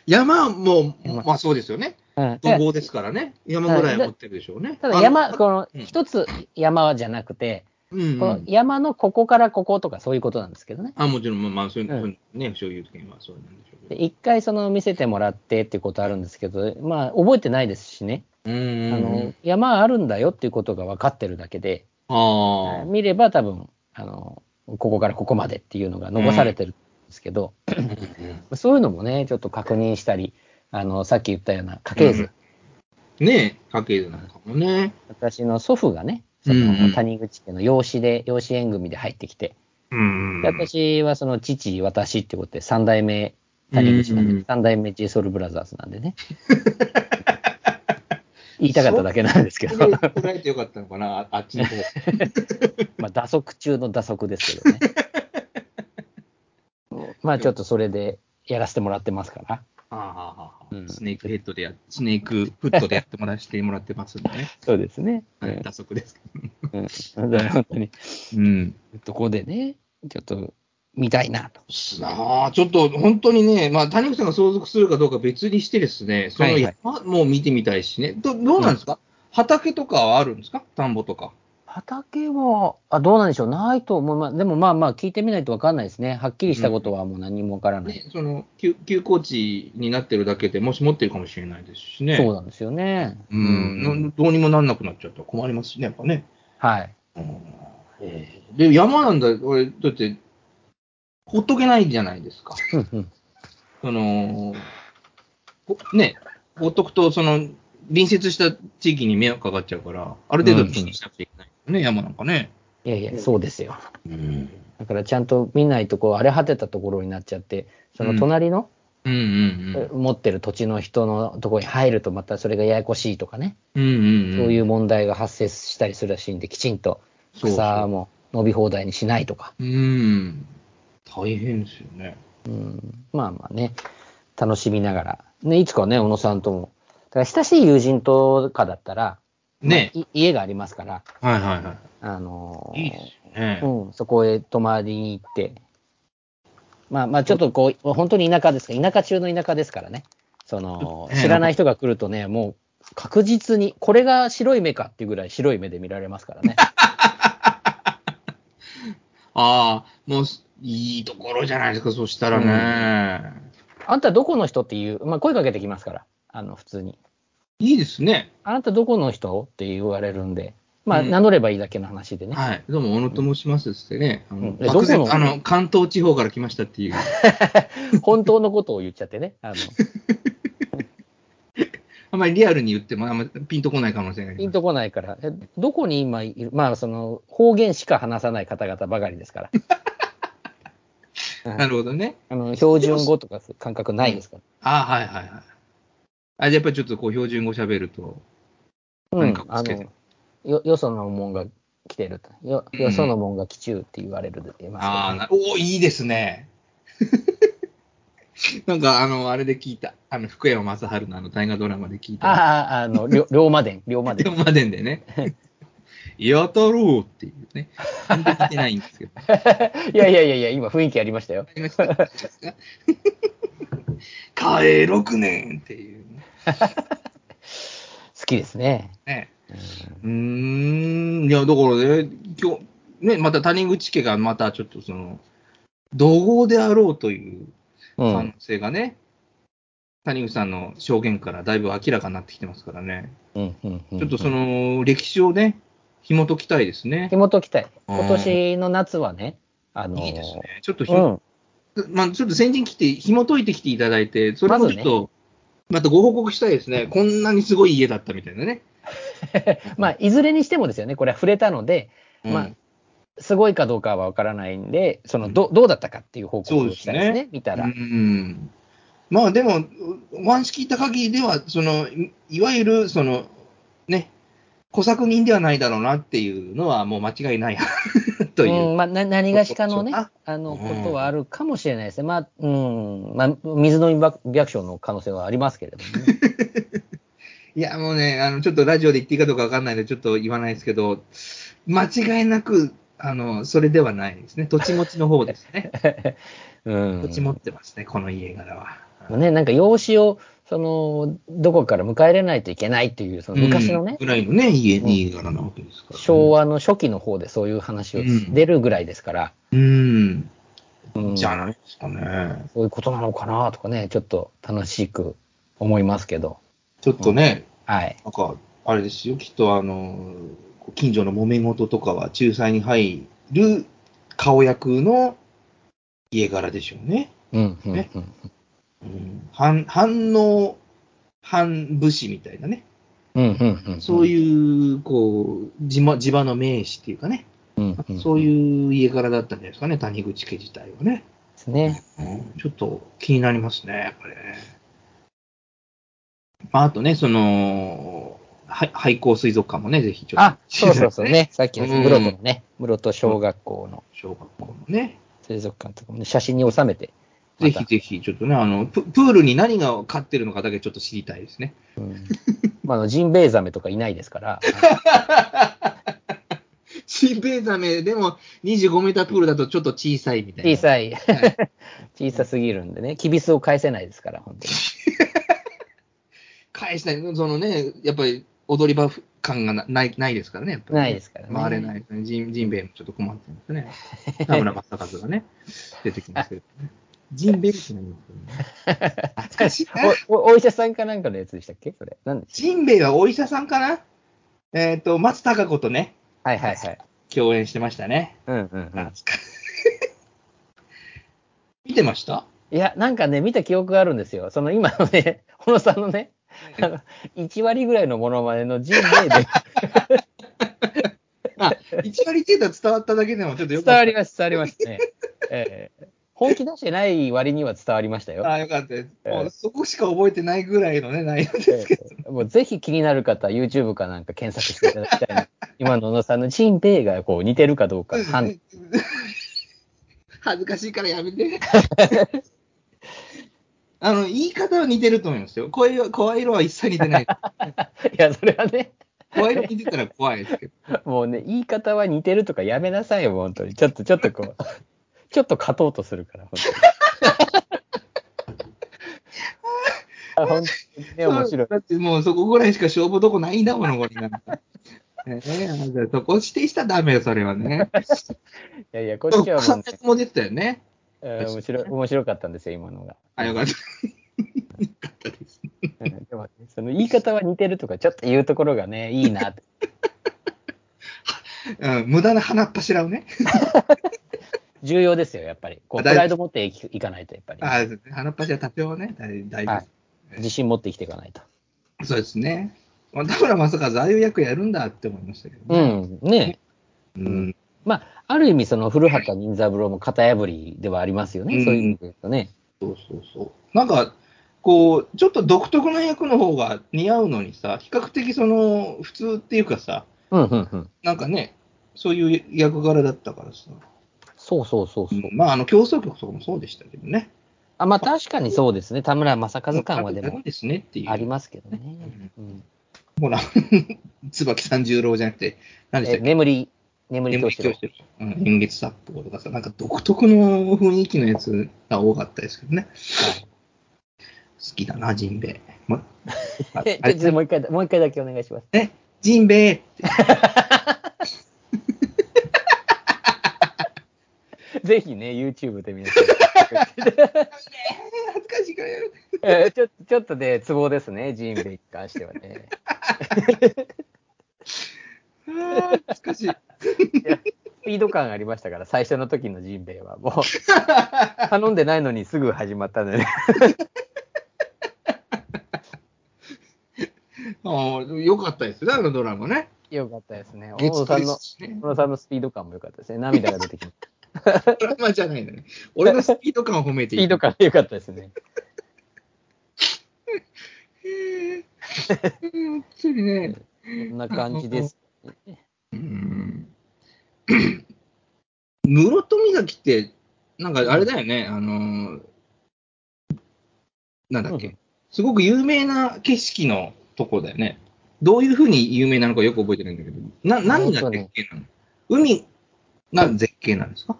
[SPEAKER 1] 山も
[SPEAKER 2] 山、
[SPEAKER 1] まあそうですよね。
[SPEAKER 2] うん
[SPEAKER 1] 土豪ですからね。山ぐらい持ってるでしょうね。
[SPEAKER 2] ただ山、
[SPEAKER 1] あの
[SPEAKER 2] この
[SPEAKER 1] うん
[SPEAKER 2] 一つ山じゃなくて、
[SPEAKER 1] うんう
[SPEAKER 2] この
[SPEAKER 1] ん。
[SPEAKER 2] 山のここからこことかそういうことなんですけどね。
[SPEAKER 1] あ、もちろん、まあまあ、そういう、そ
[SPEAKER 2] うん
[SPEAKER 1] ういうね、所有権はそうなんでしょうけ
[SPEAKER 2] で
[SPEAKER 1] ど。
[SPEAKER 2] 一回その見せてもらってっていうことあるんですけど、まあ覚えてないですしね、
[SPEAKER 1] う
[SPEAKER 2] あ
[SPEAKER 1] んうんう
[SPEAKER 2] の
[SPEAKER 1] ん。
[SPEAKER 2] 山あるんだよっていうことが分かってるだけで、
[SPEAKER 1] あ
[SPEAKER 2] 見れば多分あの、ここからここまでっていうのが残されてるんですけど、そういうのもね、ちょっと確認したり、あのさっき言ったような家系図、
[SPEAKER 1] うんあ。ねえ、家系図なんかもね。
[SPEAKER 2] 私の祖父がね、そ
[SPEAKER 1] うんう
[SPEAKER 2] の
[SPEAKER 1] ん
[SPEAKER 2] 谷口家の養子で、養子縁組で入ってきて、
[SPEAKER 1] うん
[SPEAKER 2] で私はその父、私ってことで、三代目谷口なん
[SPEAKER 1] う
[SPEAKER 2] で、
[SPEAKER 1] ん
[SPEAKER 2] 三代目 j ソ u l b r o t h e なんで (laughs) ね。言いたかっただけなんですけど、
[SPEAKER 1] 捉えてよかったのかな、ああっちの方。
[SPEAKER 2] (laughs) まあ、打足中の打足です (laughs) けどね。まあちょっとそれでやらせてもらってますから。
[SPEAKER 1] ああああ
[SPEAKER 2] う
[SPEAKER 1] あ
[SPEAKER 2] ん
[SPEAKER 1] あ、スネークヘッドでや、スネークフットでやってもらしてもらってますんでね。
[SPEAKER 2] そうですね。う
[SPEAKER 1] はい
[SPEAKER 2] ん
[SPEAKER 1] 打足ですけ
[SPEAKER 2] うんだから本当に、
[SPEAKER 1] ど。うん。
[SPEAKER 2] ここでね、ちょっと見たいなと。
[SPEAKER 1] ああ、ちょっと本当にね、まあ、谷口さんが相続するかどうか別にしてですね、その
[SPEAKER 2] はいは
[SPEAKER 1] 山
[SPEAKER 2] い
[SPEAKER 1] も見てみたいしね、どどうなんですか、畑とかはあるんですか田んぼとか。
[SPEAKER 2] 畑は、あ、どうなんでしょう、ないと思います。でもまあまあ、聞いてみないと分かんないですね。はっきりしたことはもう何も分からない。
[SPEAKER 1] ね、その休休耕地になってるだけでもし持ってるかもしれないですしね。
[SPEAKER 2] そうなんですよね。
[SPEAKER 1] うん、などうにもなんなくなっちゃったら困りますしね、やっぱね。
[SPEAKER 2] はい。
[SPEAKER 1] うんで、山なんだ、俺、だって、ほっとけないじゃないですか。
[SPEAKER 2] うんうん
[SPEAKER 1] その、ほね、放っとくと、その、隣接した地域に迷惑かかっちゃうから、ある程度
[SPEAKER 2] うん
[SPEAKER 1] 規制しなくちゃいけないよね、山なんかね。
[SPEAKER 2] いやいや、そうですよ。
[SPEAKER 1] うん。
[SPEAKER 2] だからちゃんと見ないと、こう、荒れ果てたところになっちゃって、その隣の、
[SPEAKER 1] うんうん
[SPEAKER 2] 持ってる土地の人のところに入ると、またそれがややこしいとかね、
[SPEAKER 1] うん。うんうん
[SPEAKER 2] そういう問題が発生したりするらしいんで、きちんと
[SPEAKER 1] そうそう
[SPEAKER 2] 草も伸び放題にしないとか、
[SPEAKER 1] うん。大変ですよね。
[SPEAKER 2] うん、まあまあね、楽しみながら、ね、いつかはね、小野さんとも、だから親しい友人とかだったら、
[SPEAKER 1] ね
[SPEAKER 2] い家がありますから、
[SPEAKER 1] はいはいは
[SPEAKER 2] あのー
[SPEAKER 1] いいですよね。
[SPEAKER 2] うん、そこへ泊まりに行って、まあまあ、ちょっとこう、本当に田舎ですから、田舎中の田舎ですからね、その
[SPEAKER 1] ね
[SPEAKER 2] 知らない人が来るとね、もう確実に、これが白い目かっていうぐらい白い目で見られますから
[SPEAKER 1] (laughs)
[SPEAKER 2] ね。
[SPEAKER 1] ああ、もうす、いいところじゃないですか、そしたらね。
[SPEAKER 2] あんたどこの人っていう、まあ、声かけてきますから、あの普通に。
[SPEAKER 1] いいですね。
[SPEAKER 2] あなたどこの人って言われるんで、まあ、
[SPEAKER 1] うん
[SPEAKER 2] 名乗ればいいだけの話でね。
[SPEAKER 1] はい。どうも、小野と申しますっつってね。あの
[SPEAKER 2] うんえ
[SPEAKER 1] 漠然
[SPEAKER 2] どこの
[SPEAKER 1] あの、関東地方から来ましたっていう。
[SPEAKER 2] 本当のことを言っちゃってね。あの
[SPEAKER 1] あんまりリアルに言っても、あんまりピンとこない可能性があります。
[SPEAKER 2] ピンとこないから、えどこに今いる、まあ、その方言しか話さない方々ばかりですから。
[SPEAKER 1] (laughs) なるほどね。
[SPEAKER 2] あの標準語とかそういう感覚ないですか
[SPEAKER 1] ああ、はいはいはい。あ、じゃあやっぱりちょっとこう、標準語喋ると。
[SPEAKER 2] ら。
[SPEAKER 1] う
[SPEAKER 2] うんん、あのよよそのもんが来てると。よよそのもんが来ちゅうって言われるで言いますけどね
[SPEAKER 1] ああ、なおお、いいですね。 (laughs) なんか、あの、あれで聞いた。あの、福山雅治のあの、大河ドラマで聞いた。
[SPEAKER 2] ああ、あの、 (laughs) 龍龍馬伝、龍馬
[SPEAKER 1] で
[SPEAKER 2] 伝。
[SPEAKER 1] もまでんで
[SPEAKER 2] (laughs)
[SPEAKER 1] ね。やたろうっていうね。全然聞いてないんですけ
[SPEAKER 2] (laughs)
[SPEAKER 1] ど。
[SPEAKER 2] いやいやいやいや、今雰囲気ありましたよ。
[SPEAKER 1] (laughs) 嘉永6年っていう
[SPEAKER 2] 好きですね。
[SPEAKER 1] ね。
[SPEAKER 2] うん
[SPEAKER 1] うーん、いや、だからね、今日、ね、また谷口家がまたちょっとその、怒号であろうという
[SPEAKER 2] う
[SPEAKER 1] 可
[SPEAKER 2] ん
[SPEAKER 1] 能、性がね、谷口さんの証言からだいぶ明らかになってきてますからね、
[SPEAKER 2] うんうんうん
[SPEAKER 1] ちょっとその歴史をね、紐解きたいですね。
[SPEAKER 2] 紐解きたい。
[SPEAKER 1] うん
[SPEAKER 2] 今年の夏はね、あのー
[SPEAKER 1] いいですね。ちょっとひ、
[SPEAKER 2] うん、
[SPEAKER 1] まあ、ちょっと先陣切って、紐解いてきていただいて、それもちょっと、またご報告したいですね。こんなにすごい家だったみたいなね。
[SPEAKER 2] まあ、いずれにしてもですよね、これは触れたので、
[SPEAKER 1] うん
[SPEAKER 2] まあ、すごいかどうかは分からないんで、そのどどうだったかっていう報告
[SPEAKER 1] そう
[SPEAKER 2] を
[SPEAKER 1] で
[SPEAKER 2] し
[SPEAKER 1] す
[SPEAKER 2] た
[SPEAKER 1] ね
[SPEAKER 2] いですね、見たら。
[SPEAKER 1] うん。まあでも、お話聞いた限りでは、その、いいわゆる、その、ね、小作人ではないだろうなっていうのは、もう間違いない (laughs) という。
[SPEAKER 2] うんまあ、な何がしかのね、
[SPEAKER 1] そうそう
[SPEAKER 2] あの
[SPEAKER 1] うん
[SPEAKER 2] ことはあるかもしれないですね、まあうんまあ、水の白書の可能性はありますけれども、
[SPEAKER 1] (laughs)
[SPEAKER 2] ね、
[SPEAKER 1] いや、もうね、あの、ちょっとラジオで言っていいかどうかわかんないので、ちょっと言わないですけど、間違いなく、あの、それではないですね。土地持ちの方ですね。
[SPEAKER 2] (laughs) うん
[SPEAKER 1] 土地持ってますね、この家柄は。
[SPEAKER 2] ね、なんか養子をそのどこかから迎え入れないといけないっていう、その昔のね、
[SPEAKER 1] うんぐらいのね、家、
[SPEAKER 2] うん
[SPEAKER 1] 家柄なわけですから、
[SPEAKER 2] 昭。和の初期の方でそういう話を
[SPEAKER 1] うん
[SPEAKER 2] 出るぐらいですから、
[SPEAKER 1] うん。
[SPEAKER 2] うん
[SPEAKER 1] じゃないですかね。
[SPEAKER 2] そういうことなのかなとかね、ちょっと楽しく思いますけど、
[SPEAKER 1] ちょっとね、
[SPEAKER 2] はい、
[SPEAKER 1] なんか、あれですよ、きっとあの、近所の揉め事とかは仲裁に入る顔役の家柄でしょうね。
[SPEAKER 2] うんうん
[SPEAKER 1] ね
[SPEAKER 2] うん
[SPEAKER 1] うん、反反応、反武士みたいなね。
[SPEAKER 2] うんうんうん、
[SPEAKER 1] そう
[SPEAKER 2] う
[SPEAKER 1] いう、こう、地場地場の名士っていうかね、
[SPEAKER 2] ん、うん
[SPEAKER 1] そう
[SPEAKER 2] うん
[SPEAKER 1] いう家柄だったんじゃないですかね、谷口家自体はね。
[SPEAKER 2] ですね。
[SPEAKER 1] うんちょっと気になりますね、これね。まあ、あとね、その、は廃校水族館もね、ぜひちょっと。
[SPEAKER 2] あ、そうそうそう。ね。さっきの
[SPEAKER 1] うん
[SPEAKER 2] 室戸のね、室戸小学校の
[SPEAKER 1] 小学校のね。
[SPEAKER 2] 水族館とかもね、写真に収めて。
[SPEAKER 1] ぜひぜひ、ちょっとね、あの、ププールに何が飼ってるのかだけちょっと知りたいですね。
[SPEAKER 2] うんまああの、ジンベエザメとかいないですから、
[SPEAKER 1] シンベエザメでも25メータープールだとちょっと小さいみたいな。
[SPEAKER 2] 小
[SPEAKER 1] い。
[SPEAKER 2] さい、 (laughs) 小さすぎるんでね、キビスを返せないですから、本当に。
[SPEAKER 1] 返したい。そのね、やっぱり踊り場感がなないないですからね、やっぱりね、
[SPEAKER 2] ないですからね
[SPEAKER 1] 回れないですね。ジンジンベエもちょっと困ってます (laughs) ね。田村正和がね、出てきますけど、ね。ジンベエって何懐かしいな。 (laughs)
[SPEAKER 2] おおお医者さんかなんかのやつでしたっけそれ。なんで
[SPEAKER 1] ジンベエはお医者さんかなえっ、と、松たか子とね、
[SPEAKER 2] はいはいはい。
[SPEAKER 1] 共演してましたね。
[SPEAKER 2] うんうんうん。
[SPEAKER 1] 見てました
[SPEAKER 2] いや、なんかね、見た記憶があるんですよ。その今のね、小野さんのね、あの1割ぐらいのモノマネのジンベエで
[SPEAKER 1] あ、1割程度伝わっただけでもちょっとよか
[SPEAKER 2] 伝
[SPEAKER 1] った。 (laughs)
[SPEAKER 2] わります、伝わりますね。ええ本気出してない割には伝わりましたよ。
[SPEAKER 1] ああ、よかったです。もうそこしか覚えてないぐらいのね、内容ですけど。
[SPEAKER 2] ええもうぜひ気になる方、YouTube かなんか検索していただきた
[SPEAKER 1] (laughs)
[SPEAKER 2] いな。今の小野さんのジンベイがこう似てるかどうか、は (laughs) ん
[SPEAKER 1] 恥ずかしいからやめて。 (laughs) あの、言い方は似てると思いますよ。声は、声色は一切似てない。
[SPEAKER 2] いや、それはね、
[SPEAKER 1] 声色似てたら怖いですけど。
[SPEAKER 2] もうね、言い方は似てるとかやめなさいよ、本当に。ちょっと、ちょっとこう、 (laughs) ちょっと勝とうとするから、本
[SPEAKER 1] (laughs)
[SPEAKER 2] 当に。あ本当にね、面白い。
[SPEAKER 1] だってもうそこぐらいしか勝負どこないんだもの、これなんか。ねえ、あなたそこ指定したらダメよ、それはね。
[SPEAKER 2] いやいや、こ
[SPEAKER 1] で
[SPEAKER 2] っ
[SPEAKER 1] も
[SPEAKER 2] ちはもう
[SPEAKER 1] 観
[SPEAKER 2] ね、
[SPEAKER 1] 客も出てたよね。
[SPEAKER 2] えー面白い、面白かったんですよ、今のが。
[SPEAKER 1] あ、よかった。よかったです。
[SPEAKER 2] うんでもね、その言い方は似てるとか、ちょっと言うところがね、いい
[SPEAKER 1] (laughs)
[SPEAKER 2] なって。
[SPEAKER 1] うん、無駄な鼻っ柱をね。
[SPEAKER 2] 重要ですよ、やっぱり。こう、
[SPEAKER 1] あ
[SPEAKER 2] プ
[SPEAKER 1] 大事
[SPEAKER 2] ライド持っていきいかないと、やっぱり。
[SPEAKER 1] あ鼻っ柱多少はね、大大事
[SPEAKER 2] は
[SPEAKER 1] で
[SPEAKER 2] い自信持って生きていかないと。
[SPEAKER 1] す。そうですね。まあ田村正和、ああいう役やるんだって思いましたけど
[SPEAKER 2] う
[SPEAKER 1] ね。
[SPEAKER 2] ん、ね
[SPEAKER 1] うん。
[SPEAKER 2] まあ、ある意味、その古畑任三郎も型破りではありますよね、
[SPEAKER 1] うん
[SPEAKER 2] そういう意味で言うとね。
[SPEAKER 1] そうそうそう。なんか、こう、ちょっと独特な役の方が似合うのにさ、比較的その、普通っていうかさ、
[SPEAKER 2] うん、うん、うん。
[SPEAKER 1] なんかね、そういう役柄だったからさ。
[SPEAKER 2] そうそうそう
[SPEAKER 1] う
[SPEAKER 2] そう。
[SPEAKER 1] んまあ、あの、競争曲とかもそうでしたけどね。
[SPEAKER 2] あ、まあ、確かにそうですね。田村正和感はで
[SPEAKER 1] そう
[SPEAKER 2] も
[SPEAKER 1] ですねっていう。
[SPEAKER 2] ありますけどね。うん、
[SPEAKER 1] ほら、 (laughs) 椿三十郎じゃなくて、何でし
[SPEAKER 2] え
[SPEAKER 1] たっけ
[SPEAKER 2] 眠り、眠り
[SPEAKER 1] 演
[SPEAKER 2] として
[SPEAKER 1] 劇
[SPEAKER 2] る
[SPEAKER 1] 教室。うん、演劇殺法とかさ、なんか独特の雰囲気のやつが多かったですけどね。好きだな、ジンベエ。ま、あ
[SPEAKER 2] (laughs) え、
[SPEAKER 1] あ
[SPEAKER 2] ちょち
[SPEAKER 1] れ
[SPEAKER 2] ょっともう一回だ、もう一回だけお願いします。
[SPEAKER 1] ジンベエって
[SPEAKER 2] ぜひね、YouTube で
[SPEAKER 1] (laughs)
[SPEAKER 2] 皆さん。
[SPEAKER 1] 恥ずかしいからやる。
[SPEAKER 2] えーちょっと、ちょっとね、ツボですね、ジンベイに関してはね。
[SPEAKER 1] あー恥ずかしい。
[SPEAKER 2] スピード感ありましたから、最初の時のジンベイはもう、頼んでないのにすぐ始まったのでね。 (laughs)
[SPEAKER 1] ああ、よかったですね、あのドラマね。
[SPEAKER 2] よかったですね。小野さんの、
[SPEAKER 1] 月九ですね
[SPEAKER 2] 小野さんのスピード感も良かったですね。涙が出 (laughs) てきました。
[SPEAKER 1] ドラマじゃないのね。俺のスピード感を褒めて
[SPEAKER 2] ス
[SPEAKER 1] いい
[SPEAKER 2] ピード感良かったですね。
[SPEAKER 1] へーうん本当にね。
[SPEAKER 2] こんな感じです。
[SPEAKER 1] うん。室戸岬って、なんかあれだよね、あのーなんだっ
[SPEAKER 2] う
[SPEAKER 1] け
[SPEAKER 2] ん、
[SPEAKER 1] すごく有名な景色のとこだよね。どういうふうに有名なのかよく覚えてないんだけど、な何が絶景なの海が絶景なんですか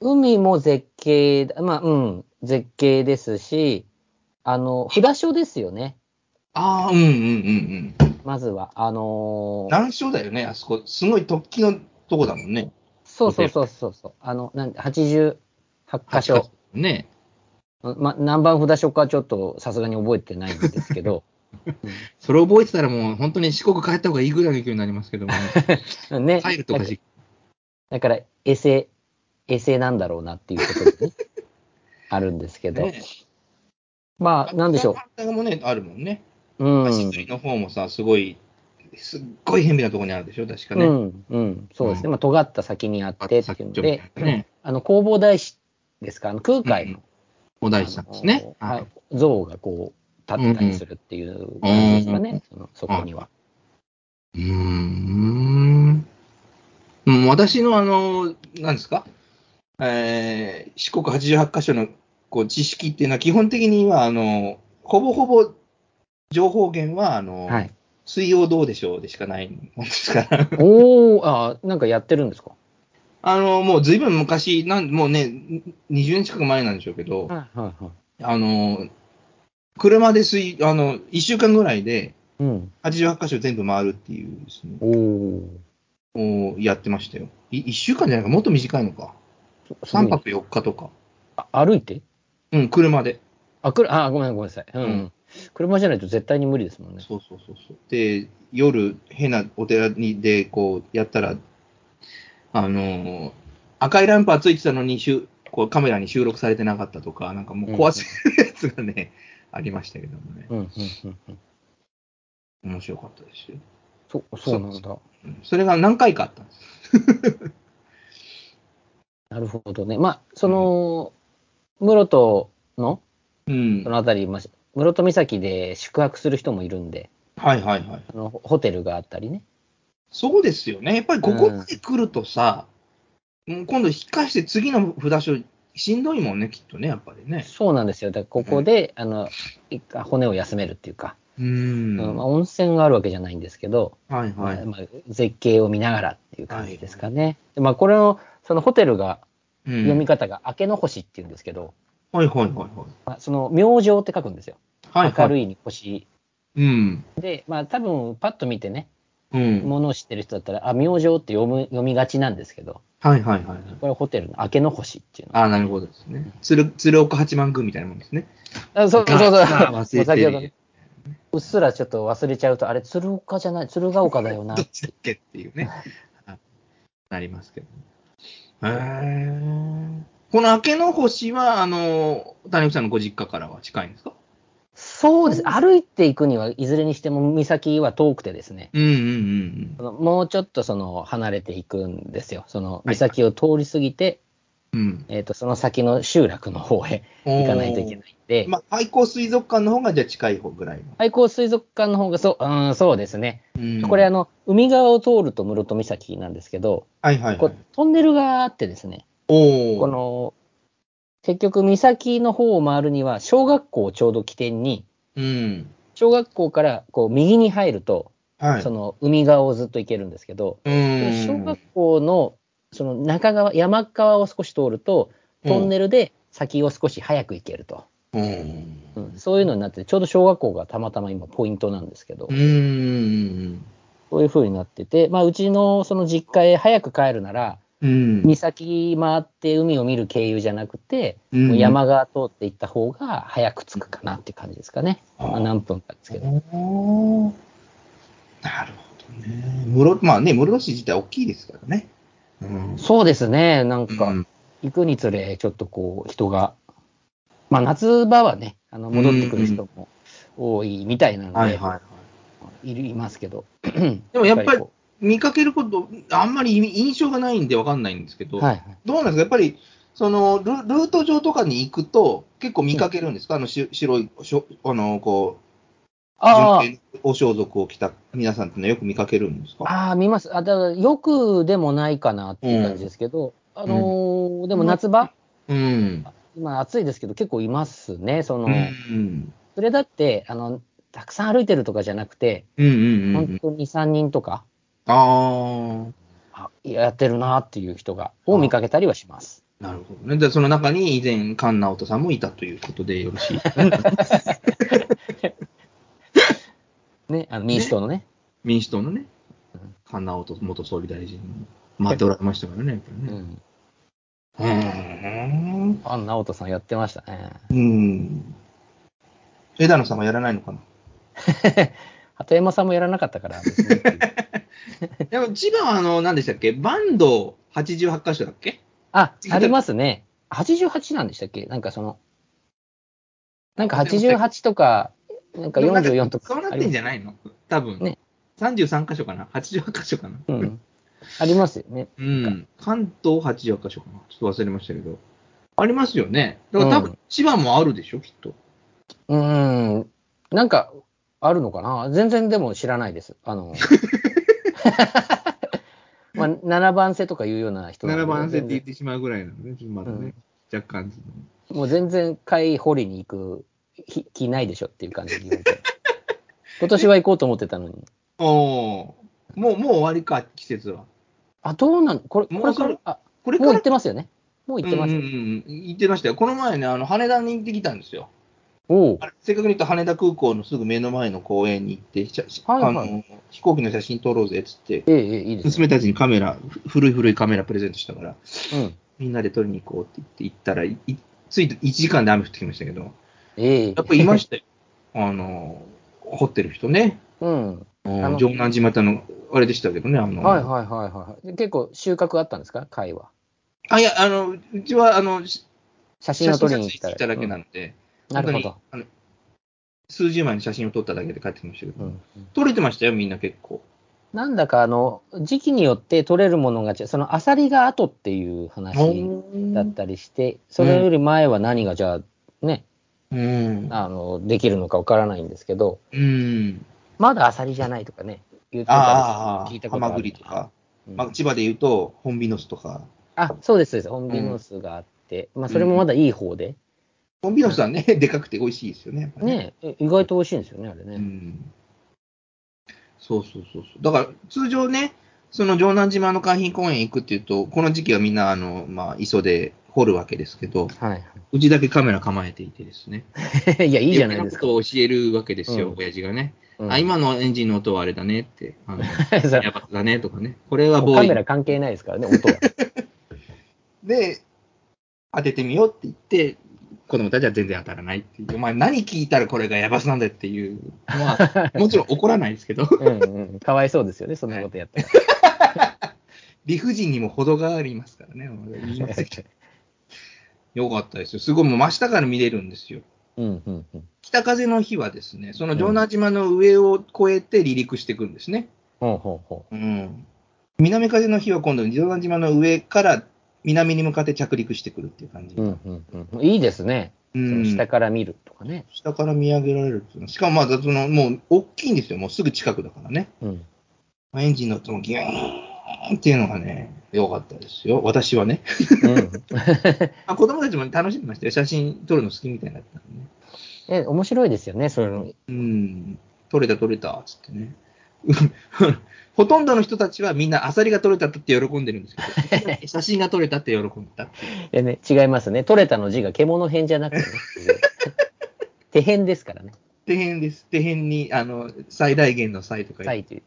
[SPEAKER 2] 海も絶景だ、まあ、うん、絶景ですし、あの、札所ですよね。
[SPEAKER 1] ああ、うんうんうんうん。
[SPEAKER 2] まずは。あのー
[SPEAKER 1] 難所だよね、あそこ。すごい突起のとこだもんね。
[SPEAKER 2] そうそうそうそうそう。あの、なん88箇所。
[SPEAKER 1] ね。
[SPEAKER 2] ま、何番札所かちょっとさすがに覚えてないんですけど、
[SPEAKER 1] それ覚えてたらもう本当に四国帰った方がいいぐらいの勢いになります
[SPEAKER 2] (laughs)
[SPEAKER 1] けども、
[SPEAKER 2] ね、
[SPEAKER 1] 帰るとか
[SPEAKER 2] だ
[SPEAKER 1] し
[SPEAKER 2] だから、エセ、エセなんだろうなっていうことでね、あるんですけど、
[SPEAKER 1] ね
[SPEAKER 2] まあ、なんでしょ
[SPEAKER 1] 反対側もね、あるもんね。
[SPEAKER 2] う。うん、う
[SPEAKER 1] 足摺りの方もさ、すごい、すっごい変微なとこにあるでしょ、確かね。
[SPEAKER 2] ん、うん、そうですね。まあ、尖った先にあってっていうので、
[SPEAKER 1] ね、
[SPEAKER 2] あの、弘法大師ですか、あの空海の、
[SPEAKER 1] お大師さんですね。
[SPEAKER 2] あの
[SPEAKER 1] は
[SPEAKER 2] はいい。、像がこう、立ってたりするっていう感じですかね、そのそこには。
[SPEAKER 1] うーん。うん私のあの、なんですか、えー、四国88カ所のこう知識っていうのは、基本的には、あの、ほぼほぼ情報源は、あの、
[SPEAKER 2] はい。
[SPEAKER 1] 水曜どうでしょうでしかないもんですから。 (laughs)
[SPEAKER 2] おー、あー、なんかやってるんですか
[SPEAKER 1] あの、もうずいぶん昔、なんもうね、20年近く前なんでしょうけど、
[SPEAKER 2] はい、はい、はい。
[SPEAKER 1] あの、車で水、あの、1週間ぐらいで
[SPEAKER 2] うん。
[SPEAKER 1] 88箇所全部回るっていうですね、
[SPEAKER 2] おー。
[SPEAKER 1] をやってましたよ。い1週間じゃないか、もっと短いのか。
[SPEAKER 2] すごい
[SPEAKER 1] 3泊4日とか。
[SPEAKER 2] あ歩いて
[SPEAKER 1] うん、車で。
[SPEAKER 2] あ、くる、あ、ごめんごめんなさい。うん。
[SPEAKER 1] うん
[SPEAKER 2] 車じゃないと絶対に無理ですもんね。
[SPEAKER 1] そうそうそうそう。で、夜、変なお寺にで、こう、やったら、あの、赤いランプはついてたのにしゅ、こうカメラに収録されてなかったとか、なんかもう壊せるやつがね、ありましたけどもね。
[SPEAKER 2] うん、うん、うんうん。
[SPEAKER 1] 面白かったですよ。
[SPEAKER 2] そう、そうなんだ。
[SPEAKER 1] うんそれが何回かあったんです。
[SPEAKER 2] なるほどね。まあ、その、室戸の、
[SPEAKER 1] うん
[SPEAKER 2] そ。のあたり、まあ、室戸岬で宿泊する人もいるんで、
[SPEAKER 1] はいはいはい。
[SPEAKER 2] あのホテルがあったりね。
[SPEAKER 1] そうですよね。やっぱりここまで来るとさ、もう今度引っ返して次の札所、しんどいもんね、きっとね、やっぱりね。
[SPEAKER 2] そうなんですよ。だからここで、あの、一回骨を休めるっていうか、
[SPEAKER 1] う。
[SPEAKER 2] うんんまあ、温泉があるわけじゃないんですけど、
[SPEAKER 1] はいは
[SPEAKER 2] まあ
[SPEAKER 1] い。
[SPEAKER 2] まあ、絶景を見ながらっていう感じですかね。でまあ、これの、そのホテルが、
[SPEAKER 1] うん
[SPEAKER 2] 読み方が明けの星っていうんですけど、
[SPEAKER 1] はいはいはいはい。
[SPEAKER 2] まあ、その明星って書くんですよ。
[SPEAKER 1] はい
[SPEAKER 2] 明る
[SPEAKER 1] い。
[SPEAKER 2] いに星。
[SPEAKER 1] うん。
[SPEAKER 2] で、まあ多分パッと見てね、
[SPEAKER 1] うん。
[SPEAKER 2] ものを知ってる人だったら、あ、明星って読む読みがちなんですけど、
[SPEAKER 1] はいはいはいはい。
[SPEAKER 2] これホテルの明けの星っていうの。
[SPEAKER 1] ああ、なるほどですね。鶴鶴岡八幡宮みたいなもんですね。
[SPEAKER 2] あそうそうそう。
[SPEAKER 1] ああ
[SPEAKER 2] もう
[SPEAKER 1] 忘れて
[SPEAKER 2] 先ほど
[SPEAKER 1] る
[SPEAKER 2] ね。うっすらちょっと忘れちゃうと、あれ、鶴岡じゃない、鶴岡だよな
[SPEAKER 1] ど。っちだっけっていうね、はいなりますけど。へーこの明けの星は、あの、谷口さんのご実家からは近いんですか
[SPEAKER 2] そうです。歩いていくには、いずれにしても岬は遠くてですね、
[SPEAKER 1] うんうんうん
[SPEAKER 2] そのもうちょっとその離れていくんですよ。その
[SPEAKER 1] はい
[SPEAKER 2] 岬を通り過ぎて、
[SPEAKER 1] うん。うん
[SPEAKER 2] えっ、と、その先の集落の方へ行かないといけないんで、
[SPEAKER 1] まあ、廃校水族館の方がじゃあ近い方ぐらいの。
[SPEAKER 2] 廃校水族館の方がそう、うん、そうですね。
[SPEAKER 1] うん
[SPEAKER 2] これ、あの、海側を通ると室戸岬なんですけど、
[SPEAKER 1] はいはい、
[SPEAKER 2] こ
[SPEAKER 1] は
[SPEAKER 2] う
[SPEAKER 1] い。
[SPEAKER 2] トンネルがあってですね、
[SPEAKER 1] おお。
[SPEAKER 2] この、結局、岬の方を回るには、小学校をちょうど起点に、
[SPEAKER 1] うん。
[SPEAKER 2] 小学校からこう右に入ると、
[SPEAKER 1] はい。
[SPEAKER 2] その海側をずっと行けるんですけど、
[SPEAKER 1] うん。
[SPEAKER 2] 小学校のその中側、山側を少し通ると、トンネルで先を少し早く行けると、
[SPEAKER 1] うん。
[SPEAKER 2] うんそういうのになって、ちょうど小学校がたまたま今、ポイントなんですけど。
[SPEAKER 1] うん。
[SPEAKER 2] そういう風になってて、まあ、うちのその実家へ早く帰るなら、
[SPEAKER 1] うん。
[SPEAKER 2] 岬回って海を見る経由じゃなくて、
[SPEAKER 1] うん
[SPEAKER 2] もう山側通って行った方が早く着くかなって感じですかね。
[SPEAKER 1] あー
[SPEAKER 2] まあ、何分かですけど。
[SPEAKER 1] おーなるほどね。室、まあね、室戸市自体大きいですからね。うん。
[SPEAKER 2] そうですね、なん
[SPEAKER 1] う
[SPEAKER 2] か
[SPEAKER 1] ん、
[SPEAKER 2] 行くにつれ、ちょっとこう、人が、まあ、夏場はね、あの戻ってくる人も多いみたいなので、
[SPEAKER 1] はいはいはい。
[SPEAKER 2] いるいますけど。
[SPEAKER 1] でもやっぱり
[SPEAKER 2] こ
[SPEAKER 1] 見かけること、あんまり印象がないんでわかんないんですけ
[SPEAKER 2] う
[SPEAKER 1] ど、
[SPEAKER 2] はいはい。
[SPEAKER 1] どうなんですかやっぱり、そのルルート上とかに行くと、結構見かけるんですか、あのし白い、しょあの、こう、
[SPEAKER 2] あ
[SPEAKER 1] 純正のお装束を着た皆さんっていうのはよく見かけるんですか
[SPEAKER 2] ああ、見ます。あだからよくでもないかなっていう感じですけど、あのーでも夏場、
[SPEAKER 1] うん。
[SPEAKER 2] 今暑いですけど、結構いますね。その、
[SPEAKER 1] うん。
[SPEAKER 2] それだって、あの、たくさん歩いてるとかじゃなくて、
[SPEAKER 1] うんうんう
[SPEAKER 2] 本
[SPEAKER 1] ん。
[SPEAKER 2] 当に3人とか、
[SPEAKER 1] ああ。
[SPEAKER 2] あやってるなっていう人が、を見かけたりはします。
[SPEAKER 1] なるほどね。で、その中に以前、菅直人さんもいたということでよろし
[SPEAKER 2] (laughs)
[SPEAKER 1] い。
[SPEAKER 2] ね、あの民主党のね。
[SPEAKER 1] 民主党のね、菅直人元総理大臣も待っておられましたからね、やっぱり
[SPEAKER 2] う
[SPEAKER 1] ね
[SPEAKER 2] ん。
[SPEAKER 1] うーん。
[SPEAKER 2] あ、直人さんやってましたね。
[SPEAKER 1] うん。枝野さんはやらないのかな
[SPEAKER 2] 鳩山さんもやらなかったからですね。
[SPEAKER 1] でも千葉はあの、何でしたっけバンド88箇所だっけ (laughs)
[SPEAKER 2] あ、ありますね。88なんでしたっけなんかその、なんか88とか、なんか44とか。
[SPEAKER 1] そうなってんじ
[SPEAKER 2] ゃ
[SPEAKER 1] ゃないの多分。
[SPEAKER 2] ね
[SPEAKER 1] 33箇所かな ?88 箇所かな
[SPEAKER 2] うん。ありますよね。
[SPEAKER 1] うん。関東88箇所かなちょっと忘れましたけど。ありますよね。だから多
[SPEAKER 2] う
[SPEAKER 1] 分、千葉もあるでしょ、きっと。
[SPEAKER 2] うーん。なんか、あるのかな全然でも知らないです。あの、 (laughs) まあ、7番瀬とかいうような人なので
[SPEAKER 1] 7番線って言ってしまうぐらいなのね、ちょっとまだね、若干。
[SPEAKER 2] もう全然貝掘りに行くひ気ないでしょっていう感じで言われて。 (laughs) 今年は行こうと思ってたのに。
[SPEAKER 1] おおー、もう、もう終わりか、季節は。
[SPEAKER 2] あ、どうなんこれ、こ
[SPEAKER 1] も
[SPEAKER 2] れ
[SPEAKER 1] うそ
[SPEAKER 2] か
[SPEAKER 1] れ
[SPEAKER 2] ら、あ、
[SPEAKER 1] これから
[SPEAKER 2] もう行ってますよね。もう行ってます。
[SPEAKER 1] うんうんうん、行ってましたよ。この前ね、あの羽田に行ってきたんですよ。
[SPEAKER 2] おう
[SPEAKER 1] あれせっかくに行った羽田空港のすぐ目の前の公園に行って、しゃし
[SPEAKER 2] はいはい
[SPEAKER 1] あの飛行機の写真撮ろうぜっつって、
[SPEAKER 2] ええ、ええ、いいですね。
[SPEAKER 1] 娘たちにカメラ、ふ古い古いカメラプレゼントしたから、
[SPEAKER 2] うん。
[SPEAKER 1] みんなで撮りに行こうって言って行ったら、いい着いて1時間で雨降ってきましたけど、や
[SPEAKER 2] ええ。
[SPEAKER 1] っぱいましたよ。 (laughs) あの、掘ってる人ね。
[SPEAKER 2] うん。
[SPEAKER 1] うん
[SPEAKER 2] あの
[SPEAKER 1] 城南島ってあの、あれでしたけどね、あの、
[SPEAKER 2] はいはいはいはいで。結構収穫あったんですか貝は。
[SPEAKER 1] あ、いや、あの、うちは、あの、し
[SPEAKER 2] 写真
[SPEAKER 1] 写真
[SPEAKER 2] を撮り
[SPEAKER 1] 撮影
[SPEAKER 2] に行っ
[SPEAKER 1] した
[SPEAKER 2] ら。
[SPEAKER 1] ただけなので、
[SPEAKER 2] うんなるほ
[SPEAKER 1] 本
[SPEAKER 2] ど。
[SPEAKER 1] 当にあの数十枚の写真を撮っただけで帰ってきましたけど、
[SPEAKER 2] うん。
[SPEAKER 1] 撮れてましたよ、みんな結構。
[SPEAKER 2] なんだかあの、時期によって取れるものが違う、そのアサリが後っていう話だったりして、それより前は何がじゃあ、ね、
[SPEAKER 1] うん。
[SPEAKER 2] あの、できるのかわからないんですけど、
[SPEAKER 1] うん。
[SPEAKER 2] まだアサリじゃないとかね、言ってた
[SPEAKER 1] あ
[SPEAKER 2] り聞い
[SPEAKER 1] あ、ハ
[SPEAKER 2] たことあ
[SPEAKER 1] マ
[SPEAKER 2] る。
[SPEAKER 1] グリとか。
[SPEAKER 2] うん。
[SPEAKER 1] まあ、千葉で言うと、ホンビノスとか。
[SPEAKER 2] あ、そうです、そうです。ホンビノスがあって、まあ、それもまだいい方で、
[SPEAKER 1] ホンビノスはね、でかくて美味しいですよね。やっぱ
[SPEAKER 2] ね、え意外と美味しいんですよね、あれね。
[SPEAKER 1] うんそうそうそうそう。だから、通常ね、その城南島の海浜公園行くっていうと、この時期はみんな、あの、まあ、磯で掘るわけですけど、
[SPEAKER 2] は
[SPEAKER 1] うちだけカメラ構えていてですね。
[SPEAKER 2] い。 (laughs) いや、いいじゃないですか。
[SPEAKER 1] ろんなことを教えるわけですよ、
[SPEAKER 2] うん
[SPEAKER 1] 親父がね。
[SPEAKER 2] うん
[SPEAKER 1] あ、今のエンジンの音はあれだねって。あ
[SPEAKER 2] (laughs)
[SPEAKER 1] の、
[SPEAKER 2] それ
[SPEAKER 1] やばだねとかね。これは
[SPEAKER 2] もう
[SPEAKER 1] ボ
[SPEAKER 2] カメ
[SPEAKER 1] ー
[SPEAKER 2] ラ
[SPEAKER 1] イ。
[SPEAKER 2] 関係ないですからね、音は。
[SPEAKER 1] (laughs) で、当ててみようって言って、子供たちは全然当たらないっていう。お前何聞いたらこれがヤバスなんだよっていう。ま
[SPEAKER 2] (laughs)
[SPEAKER 1] あ、もちろん怒らないですけど。
[SPEAKER 2] うんうん。かわいそうですよね、そんなことやったら。
[SPEAKER 1] 理不尽にも程がありますからね。言いませんけどよかったですよ。すごい、もう真下から見れるんですよ。
[SPEAKER 2] (laughs) うんうんうん。
[SPEAKER 1] 北風の日はですね、その城南島の上を越えて離陸していくんですね。
[SPEAKER 2] ほうほうほ
[SPEAKER 1] うん。南風の日は今度、城南島の上から南に向かって着陸してくるっていう感じ。
[SPEAKER 2] う。うんうんうん。いいですね。
[SPEAKER 1] う
[SPEAKER 2] その
[SPEAKER 1] ん、
[SPEAKER 2] 下から見るとかね。
[SPEAKER 1] 下から見上げられるっていうのしかもまあ、その、もう、大きいんですよ。もうすぐ近くだからね。
[SPEAKER 2] うん。
[SPEAKER 1] エンジンの音もギューンっていうのがね、良かったですよ。私はね。
[SPEAKER 2] うん、
[SPEAKER 1] あ子供たちも楽しんでましたよ。写真撮るの好きみたいになったんでね。
[SPEAKER 2] え、面白いですよね、そういうの。
[SPEAKER 1] うん、取れた取れた、つってね。 (laughs) ほとんどの人たちはみんなアサリが取れたって喜んでるんですけど、写真が撮れたって喜んだ。
[SPEAKER 2] えね、違いますね。取れたの字が獣編じゃな (laughs) くてね。手編ですからね。
[SPEAKER 1] 手編です。手編に、あの、最大限の最とか、
[SPEAKER 2] サ
[SPEAKER 1] え
[SPEAKER 2] イという。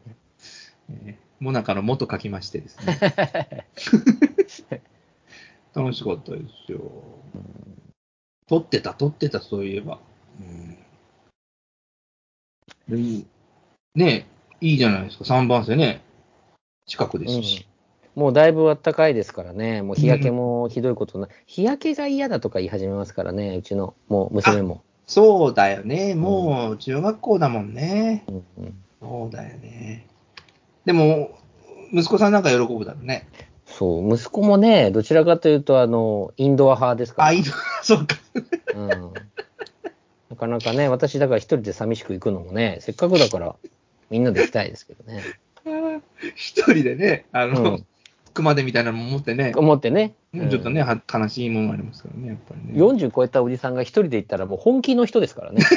[SPEAKER 1] ーもなかの元書きましてですね。楽しかったですよ。撮ってた、撮ってた、そういえば。うん。うんねえいいじゃないですか。3番線ね。近くですし。
[SPEAKER 2] もうだいぶ暖かいですからね。もう日焼けもひどいことない。日焼けが嫌だとか言い始めますからね、うちの、もう娘も。
[SPEAKER 1] そうだよね。もう中学校だもんね。
[SPEAKER 2] うんうん
[SPEAKER 1] そうだよね。でも、息子さんなんか喜ぶだろうね。
[SPEAKER 2] そう、息子もね、どちらかというと、あの、インドア派ですから
[SPEAKER 1] あ、いいの (laughs) そうか。
[SPEAKER 2] うんなかなかね、私だから一人で寂しく行くのもね、せっかくだからみんなで行きたいですけどね。
[SPEAKER 1] (laughs) 一人でね、あの、
[SPEAKER 2] うん
[SPEAKER 1] 熊手みたいなのも持ってね、
[SPEAKER 2] 思ってね、
[SPEAKER 1] うんちょっとね、は悲しいものがありますからね、やっぱり
[SPEAKER 2] うん
[SPEAKER 1] ね。
[SPEAKER 2] 40超えたおじさんが一人で行ったらもう本気の人ですからね。 (laughs)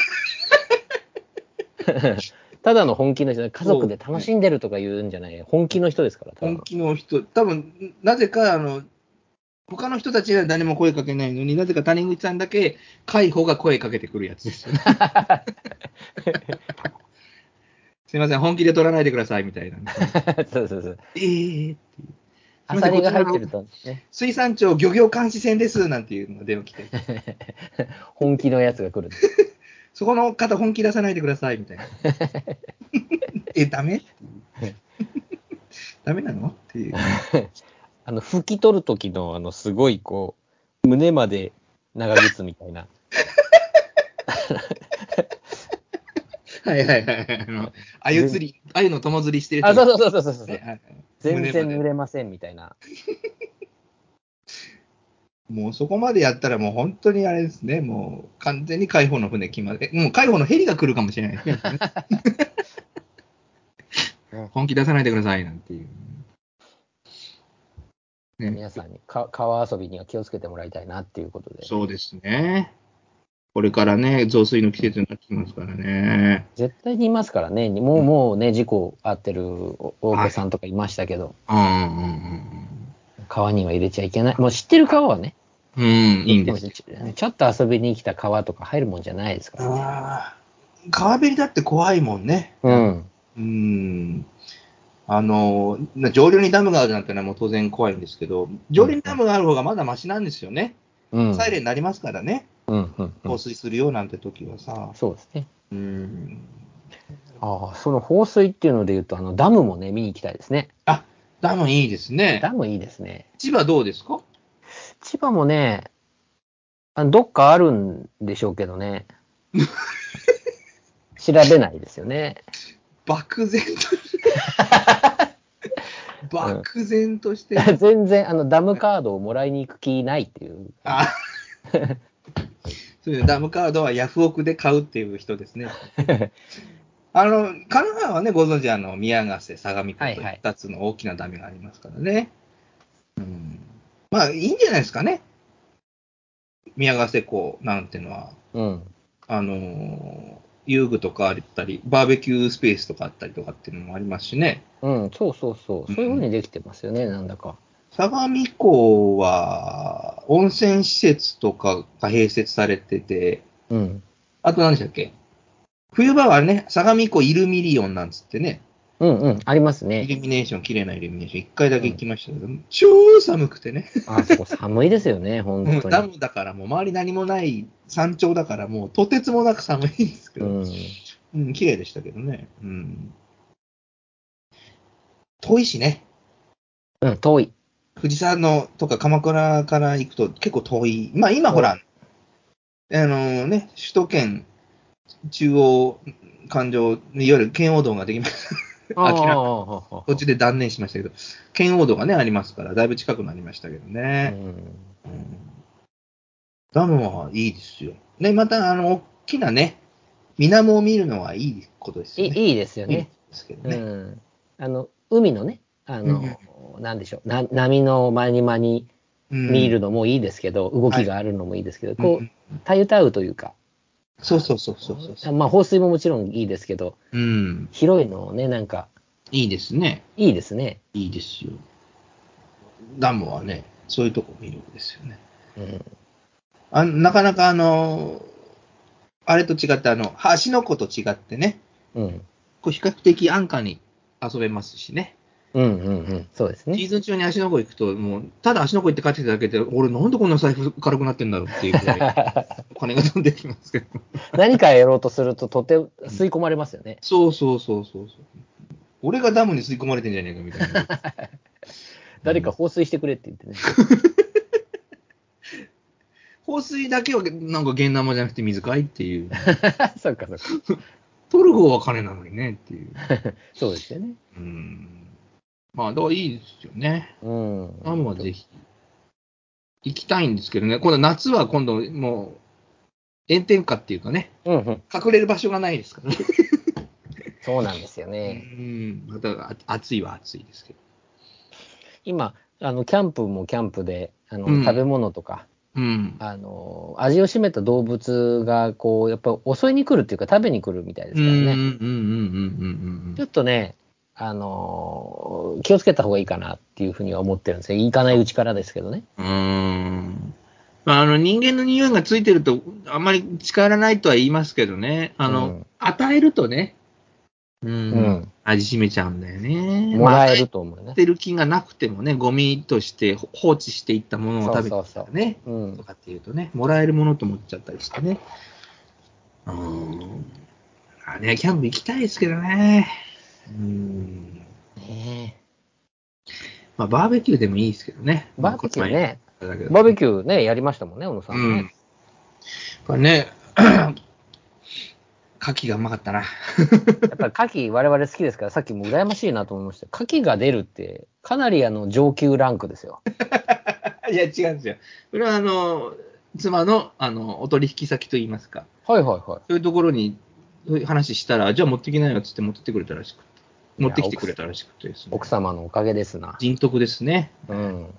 [SPEAKER 2] ただの本気の人、家族で楽しんでるとか言うんじゃない、本気の人ですから、ただ
[SPEAKER 1] 本
[SPEAKER 2] の
[SPEAKER 1] 気の人、多分なぜか、あの、他の人たちは誰も声かけないのになぜか谷口さんだけ、海保が声かけてくるやつですよね。すいません、本気で取らないでください、みたいな。
[SPEAKER 2] (laughs) そうそうそう。
[SPEAKER 1] えー、
[SPEAKER 2] アサリが入ってると、ね、
[SPEAKER 1] 水産庁漁業監視船ですなんていうのが電話来て、
[SPEAKER 2] 本気のやつが来る。
[SPEAKER 1] そこの方本気出さないでくださいみたい
[SPEAKER 2] (laughs)
[SPEAKER 1] な。え、ダメっていうダメなのっていう。
[SPEAKER 2] あの、拭き取る時の、あの、すごい、こう、胸まで長靴みたいな。
[SPEAKER 1] はいはいはいはい。あの、あゆ釣り、あゆの友釣りしてる人
[SPEAKER 2] あ、そうそうそうそうそう
[SPEAKER 1] はい
[SPEAKER 2] そ。
[SPEAKER 1] うはいはい
[SPEAKER 2] 全然
[SPEAKER 1] 胸ま
[SPEAKER 2] 濡
[SPEAKER 1] で
[SPEAKER 2] れませんみたいな。
[SPEAKER 1] もうそこまでやったらもう本当にあれですね、もう完全に海保の船決まる。えもう海保のヘリが来るかもしれ
[SPEAKER 2] (laughs)
[SPEAKER 1] ないですね。本気出さないでくださいなんていう。ね
[SPEAKER 2] 皆さんにか (laughs) 川遊びには気をつけてもらいたいなっていうことで。
[SPEAKER 1] そうですね。これからね、増水の季節になってきますからね。
[SPEAKER 2] 絶対にいますからね、もうもうね、事故あってるお大子さんとかいましたけど、
[SPEAKER 1] うん
[SPEAKER 2] 川には入れちゃいけない。もう知ってる川はね、
[SPEAKER 1] うんうん。うん、いいんです。
[SPEAKER 2] ちちょっと遊びに来た川とか入るもんじゃないですからね。
[SPEAKER 1] あー川べりだって怖いもんね。
[SPEAKER 2] うん。
[SPEAKER 1] うん。あの、な上流にダムがあるなんてのはもう当然怖いんですけど、上流にダムがある方がまだマシなんですよね。
[SPEAKER 2] うん。
[SPEAKER 1] サイレンになりますからね。
[SPEAKER 2] うんうんうん
[SPEAKER 1] 放水するよなんて時はさ。
[SPEAKER 2] そうですね。
[SPEAKER 1] うん。
[SPEAKER 2] ああ、その放水っていうので言うと、あの、ダムもね、見に行きたいですね。
[SPEAKER 1] あ、ダムいいですね。
[SPEAKER 2] ダムいいですね。
[SPEAKER 1] 千葉どうですか
[SPEAKER 2] 千葉もね、あどっかあるんでしょうけ
[SPEAKER 1] (laughs)
[SPEAKER 2] どね。調べないですよね。 (laughs)
[SPEAKER 1] 漠然と。漠然と
[SPEAKER 2] (laughs)
[SPEAKER 1] して。
[SPEAKER 2] 全然、あの、ダムカードをもらいに行く気ないっていう。
[SPEAKER 1] あそういうのダムカードはヤフオクで買うっていう人です
[SPEAKER 2] (laughs)
[SPEAKER 1] ね。あの、神奈川はね、ご存知、あの、宮ヶ瀬、相模湖と
[SPEAKER 2] はいはい
[SPEAKER 1] 2つの大きなダムがありますからね。うん。まあ、いいんじゃないですかね。宮ヶ瀬港なんてのは、
[SPEAKER 2] うん。
[SPEAKER 1] あのー遊具とかあったり、バーベキュースペースとかあったりとかっていうのもありますしね。
[SPEAKER 2] うん、そうそうそう。そういうふうにできてますよね、なんだか。
[SPEAKER 1] 相模湖は、温泉施設とかが併設されてて、
[SPEAKER 2] うん。
[SPEAKER 1] あと何でしたっけ冬場はね、相模湖イルミリオンなんつってね、
[SPEAKER 2] うんうん、あります
[SPEAKER 1] イ
[SPEAKER 2] ね。
[SPEAKER 1] ルミネーション、綺麗なイルミネーション、一回だけ行きましたけど、超寒くてね、
[SPEAKER 2] あそこ寒いですよね、本
[SPEAKER 1] もう
[SPEAKER 2] 当
[SPEAKER 1] ダ
[SPEAKER 2] に。
[SPEAKER 1] ムだからもう周り何もない山頂だからもうとてつもなく寒いんですけ
[SPEAKER 2] う
[SPEAKER 1] ど、
[SPEAKER 2] ん。
[SPEAKER 1] うん、綺麗でしたけどね。うん。遠いしね。
[SPEAKER 2] うん、遠い。
[SPEAKER 1] 藤沢のとか鎌倉から行くと結構遠い。まあ今ほら、あのね、首都圏中央環状、いわゆる圏央道ができます。
[SPEAKER 2] あ
[SPEAKER 1] 明らかに
[SPEAKER 2] あ、
[SPEAKER 1] 途中で断念しましたけど、圏央道がね、ありますから、だいぶ近くなりましたけど
[SPEAKER 2] う
[SPEAKER 1] ね。
[SPEAKER 2] ん。
[SPEAKER 1] うんダムはいいですよ。ね、また、あの、大きなね、水面を見るのはいいことです
[SPEAKER 2] い
[SPEAKER 1] よ
[SPEAKER 2] い
[SPEAKER 1] ね。
[SPEAKER 2] いいですよ
[SPEAKER 1] いい
[SPEAKER 2] ね。
[SPEAKER 1] ですけど
[SPEAKER 2] う
[SPEAKER 1] ね。
[SPEAKER 2] ん。あの、海のね、あの
[SPEAKER 1] うん、
[SPEAKER 2] なんでしょう、な波の間に間に
[SPEAKER 1] うん
[SPEAKER 2] 見るのもいいですけど、動きがあるのもいいですけど、こ
[SPEAKER 1] うん
[SPEAKER 2] う、たゆたうというか、
[SPEAKER 1] そうそうそうそうそうそう。
[SPEAKER 2] まあ、放水ももちろんいいですけど、
[SPEAKER 1] うん。
[SPEAKER 2] 広いのをね、なんか、
[SPEAKER 1] いいですね。
[SPEAKER 2] いいですね。
[SPEAKER 1] いいですよ。ダムはね、そういうとこ魅力ですよね。
[SPEAKER 2] うん。
[SPEAKER 1] あなかなかあの、あれと違って、あの、橋の子と違ってね、
[SPEAKER 2] うん。
[SPEAKER 1] こう比較的安価に遊べますしね。
[SPEAKER 2] うんうんうん。そうです
[SPEAKER 1] シ
[SPEAKER 2] ね。
[SPEAKER 1] ーズン中に足の子行くと、もう、ただ足の子行って帰ってきただけで、俺なんでこんな財布軽くなってんだろうっていうぐらい、お金が飛んできますけど。
[SPEAKER 2] 何かやろうとすると、とて、吸い込まれますよね。
[SPEAKER 1] そうそうそうそうそう。俺がダムに吸い込まれてんじゃねえかみたいな。
[SPEAKER 2] 誰か放水してくれって言ってね。 (laughs)
[SPEAKER 1] 放水だけは、なんか現生じゃなくて水かいっていう。
[SPEAKER 2] そうか、そうか。
[SPEAKER 1] 取る方は金なのにねっていう。
[SPEAKER 2] そうですよね。
[SPEAKER 1] うん。まあ、だからいいですよね。
[SPEAKER 2] うん。
[SPEAKER 1] ダムはぜひ。行きたいんですけどね。今度夏は今度もう、炎天下っていうかね、
[SPEAKER 2] うんうん。
[SPEAKER 1] 隠れる場所がないですからね。
[SPEAKER 2] そうなんですよ
[SPEAKER 1] う
[SPEAKER 2] ね。
[SPEAKER 1] ん。また、あ暑いは暑いですけど。
[SPEAKER 2] 今、あの、キャンプもキャンプで、あの、
[SPEAKER 1] うん
[SPEAKER 2] 食べ物とか、
[SPEAKER 1] うん。
[SPEAKER 2] あの、味を占めた動物が、こう、やっぱ襲いに来るっていうか、食べに来るみたいです
[SPEAKER 1] うんうん
[SPEAKER 2] から
[SPEAKER 1] うんうん
[SPEAKER 2] ね。
[SPEAKER 1] うんうん
[SPEAKER 2] ちょっとね、あの、気をつけた方がいいかなっていうふうには思ってるんですよ。行かないうちからですけどね。
[SPEAKER 1] うーん。まあ、あの人間の匂いがついてると、あんまり近寄らないとは言いますけどね、あの、
[SPEAKER 2] うん
[SPEAKER 1] 与えるとね、うん、
[SPEAKER 2] うん
[SPEAKER 1] 味しめちゃうんだよね。
[SPEAKER 2] もらえ
[SPEAKER 1] ま
[SPEAKER 2] ると思う
[SPEAKER 1] あ与
[SPEAKER 2] ね
[SPEAKER 1] え。てる気がなくてもね、ゴミとして放置していったものを食べてたらね、
[SPEAKER 2] そうそうそううん
[SPEAKER 1] とかっていうとね、もらえるものと思っちゃったりしてね。うーん。あね、キャンプ行きたいですけどね。うん。
[SPEAKER 2] ね
[SPEAKER 1] まあ、バーベキューでもいいですけどね。
[SPEAKER 2] えバーベキューね。
[SPEAKER 1] まあ。この前だけど
[SPEAKER 2] バーベキューね、やりましたもんね、小野さん
[SPEAKER 1] うん
[SPEAKER 2] ね。
[SPEAKER 1] これね、 (clears throat) 牡蠣がうまかったな。
[SPEAKER 2] やっぱ牡蠣、我々好きですから、さっきも羨ましいなと思いました。牡蠣が出るって、かなりあの上級ランク
[SPEAKER 1] (laughs)
[SPEAKER 2] ですよ。
[SPEAKER 1] いや、違うんですよ。これは、あの、妻の、あの、お取引先といいますか、
[SPEAKER 2] はいはいはい。
[SPEAKER 1] そういうところに、そういう話したら、じゃあ持ってきなよっつって持ってってくれたらしくて、持ってきてくれたらしくてですね
[SPEAKER 2] 奥。様のおかげですな。
[SPEAKER 1] 人徳ですね。
[SPEAKER 2] うん。うん
[SPEAKER 1] び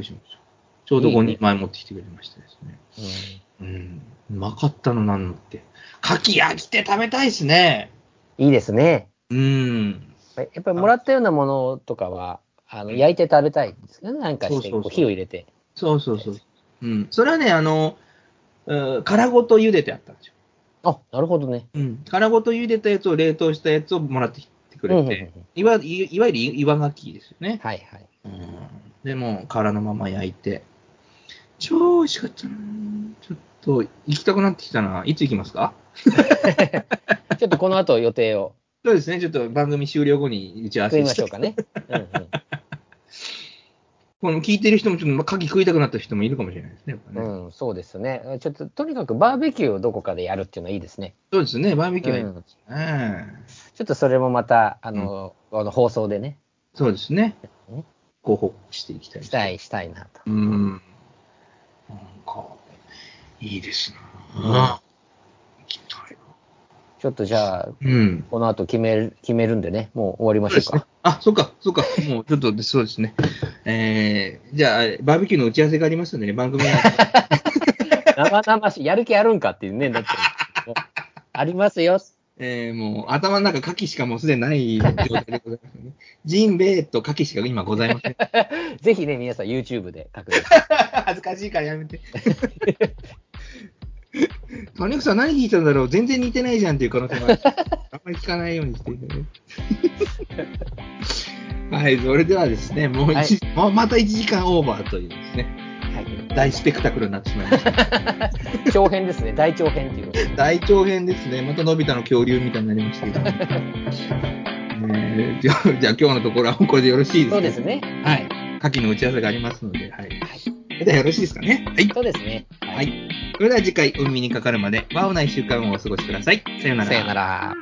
[SPEAKER 1] っくりしました。ちょうど5人前持ってきてくれましてですね。うん。うまかったのなんのって。牡蠣焼きて食べたいですね。
[SPEAKER 2] いいですね。
[SPEAKER 1] うん。
[SPEAKER 2] やっぱりもらったようなものとかは、あの焼いて食べたいですよね。なんか
[SPEAKER 1] そう
[SPEAKER 2] して、
[SPEAKER 1] そうそう
[SPEAKER 2] こう火を入れて。
[SPEAKER 1] そうそうそう。うん。それはね、あの、うん殻ごと茹でてあったんですよ。
[SPEAKER 2] あ、なるほどね。
[SPEAKER 1] うん。殻ごと茹でたやつを冷凍したやつをもらってきてく
[SPEAKER 2] うんう
[SPEAKER 1] れ
[SPEAKER 2] んうん
[SPEAKER 1] て、いわいいわゆる岩牡蠣ですよね。
[SPEAKER 2] はいはい。
[SPEAKER 1] うん。でも、殻のまま焼いて。超美味しかったなちょっと、行きたくなってきたな。いつ行きますか
[SPEAKER 2] ちょっとこの後予定を
[SPEAKER 1] そう (laughs) ですね。ちょっと番組終了後に打ち合わ
[SPEAKER 2] 作り
[SPEAKER 1] せ
[SPEAKER 2] ま
[SPEAKER 1] し
[SPEAKER 2] しょう
[SPEAKER 1] て。
[SPEAKER 2] かね。うんうん
[SPEAKER 1] この聞いてる人もちょっとまあ鍵食いたくなった人もいるかもしれないですね。やっぱね
[SPEAKER 2] うん、そうですね。ちょっと、とにかくバーベキューをどこかでやるっていうのはいいですね。
[SPEAKER 1] そうですね。バーベキューはいいですね。
[SPEAKER 2] ちょっとそれもまた、あの、あの放送でね、
[SPEAKER 1] そうですね
[SPEAKER 2] うん。
[SPEAKER 1] ご報告していきたいで
[SPEAKER 2] し
[SPEAKER 1] すね
[SPEAKER 2] たい、したいなと。
[SPEAKER 1] うん。なんか、いいですなぁ。行きたい
[SPEAKER 2] ちょっとじゃあ、
[SPEAKER 1] なうん。
[SPEAKER 2] この後決める、決めるんでね、もう終わりま
[SPEAKER 1] そうで
[SPEAKER 2] し
[SPEAKER 1] す
[SPEAKER 2] ょう
[SPEAKER 1] ね
[SPEAKER 2] か。。
[SPEAKER 1] (laughs) あ、そうか、そうか。もうちょっと、そうですね。えー、じゃあ、バーベキューの打ち合わせがありますのでね、番組
[SPEAKER 2] (laughs)
[SPEAKER 1] は。
[SPEAKER 2] 生々しい、やる気あるんかっていうね、
[SPEAKER 1] (laughs)
[SPEAKER 2] だって。ありますよ。
[SPEAKER 1] えー、もう、頭の中、牡蠣しかもうすでにない状態でございますね。ジンベエと牡蠣しか今ございません。
[SPEAKER 2] ぜひね、皆さん YouTube で確認。
[SPEAKER 1] 恥ずかしいからやめて。マネクさん何聞いたんだろう全然似てないじゃんっていう可能性もあ
[SPEAKER 2] (laughs)
[SPEAKER 1] る。あんまり聞かないようにして (laughs) るね。はい、それではですね、もう一時、もうまた1時間オーバーというですね、
[SPEAKER 2] はい。
[SPEAKER 1] 大スペクタクルになってしまいま
[SPEAKER 2] (laughs)
[SPEAKER 1] した。
[SPEAKER 2] 長編ですね、大長編っていうことで。
[SPEAKER 1] 大長編ですね。またのび太の恐竜みたいになりましたけ
[SPEAKER 2] (laughs)
[SPEAKER 1] ど。ねえじゃあ、じゃあ今日のところはこれでよろしいですか
[SPEAKER 2] そうですね。
[SPEAKER 1] はい。下記の打ち合わせがありますので、はい。それではよろしいですかね。はい。
[SPEAKER 2] そうですね。
[SPEAKER 1] はい。それでは次回、海にかかるまで、ワオな一週間をお過ごしください。さようなら。
[SPEAKER 2] さよなら。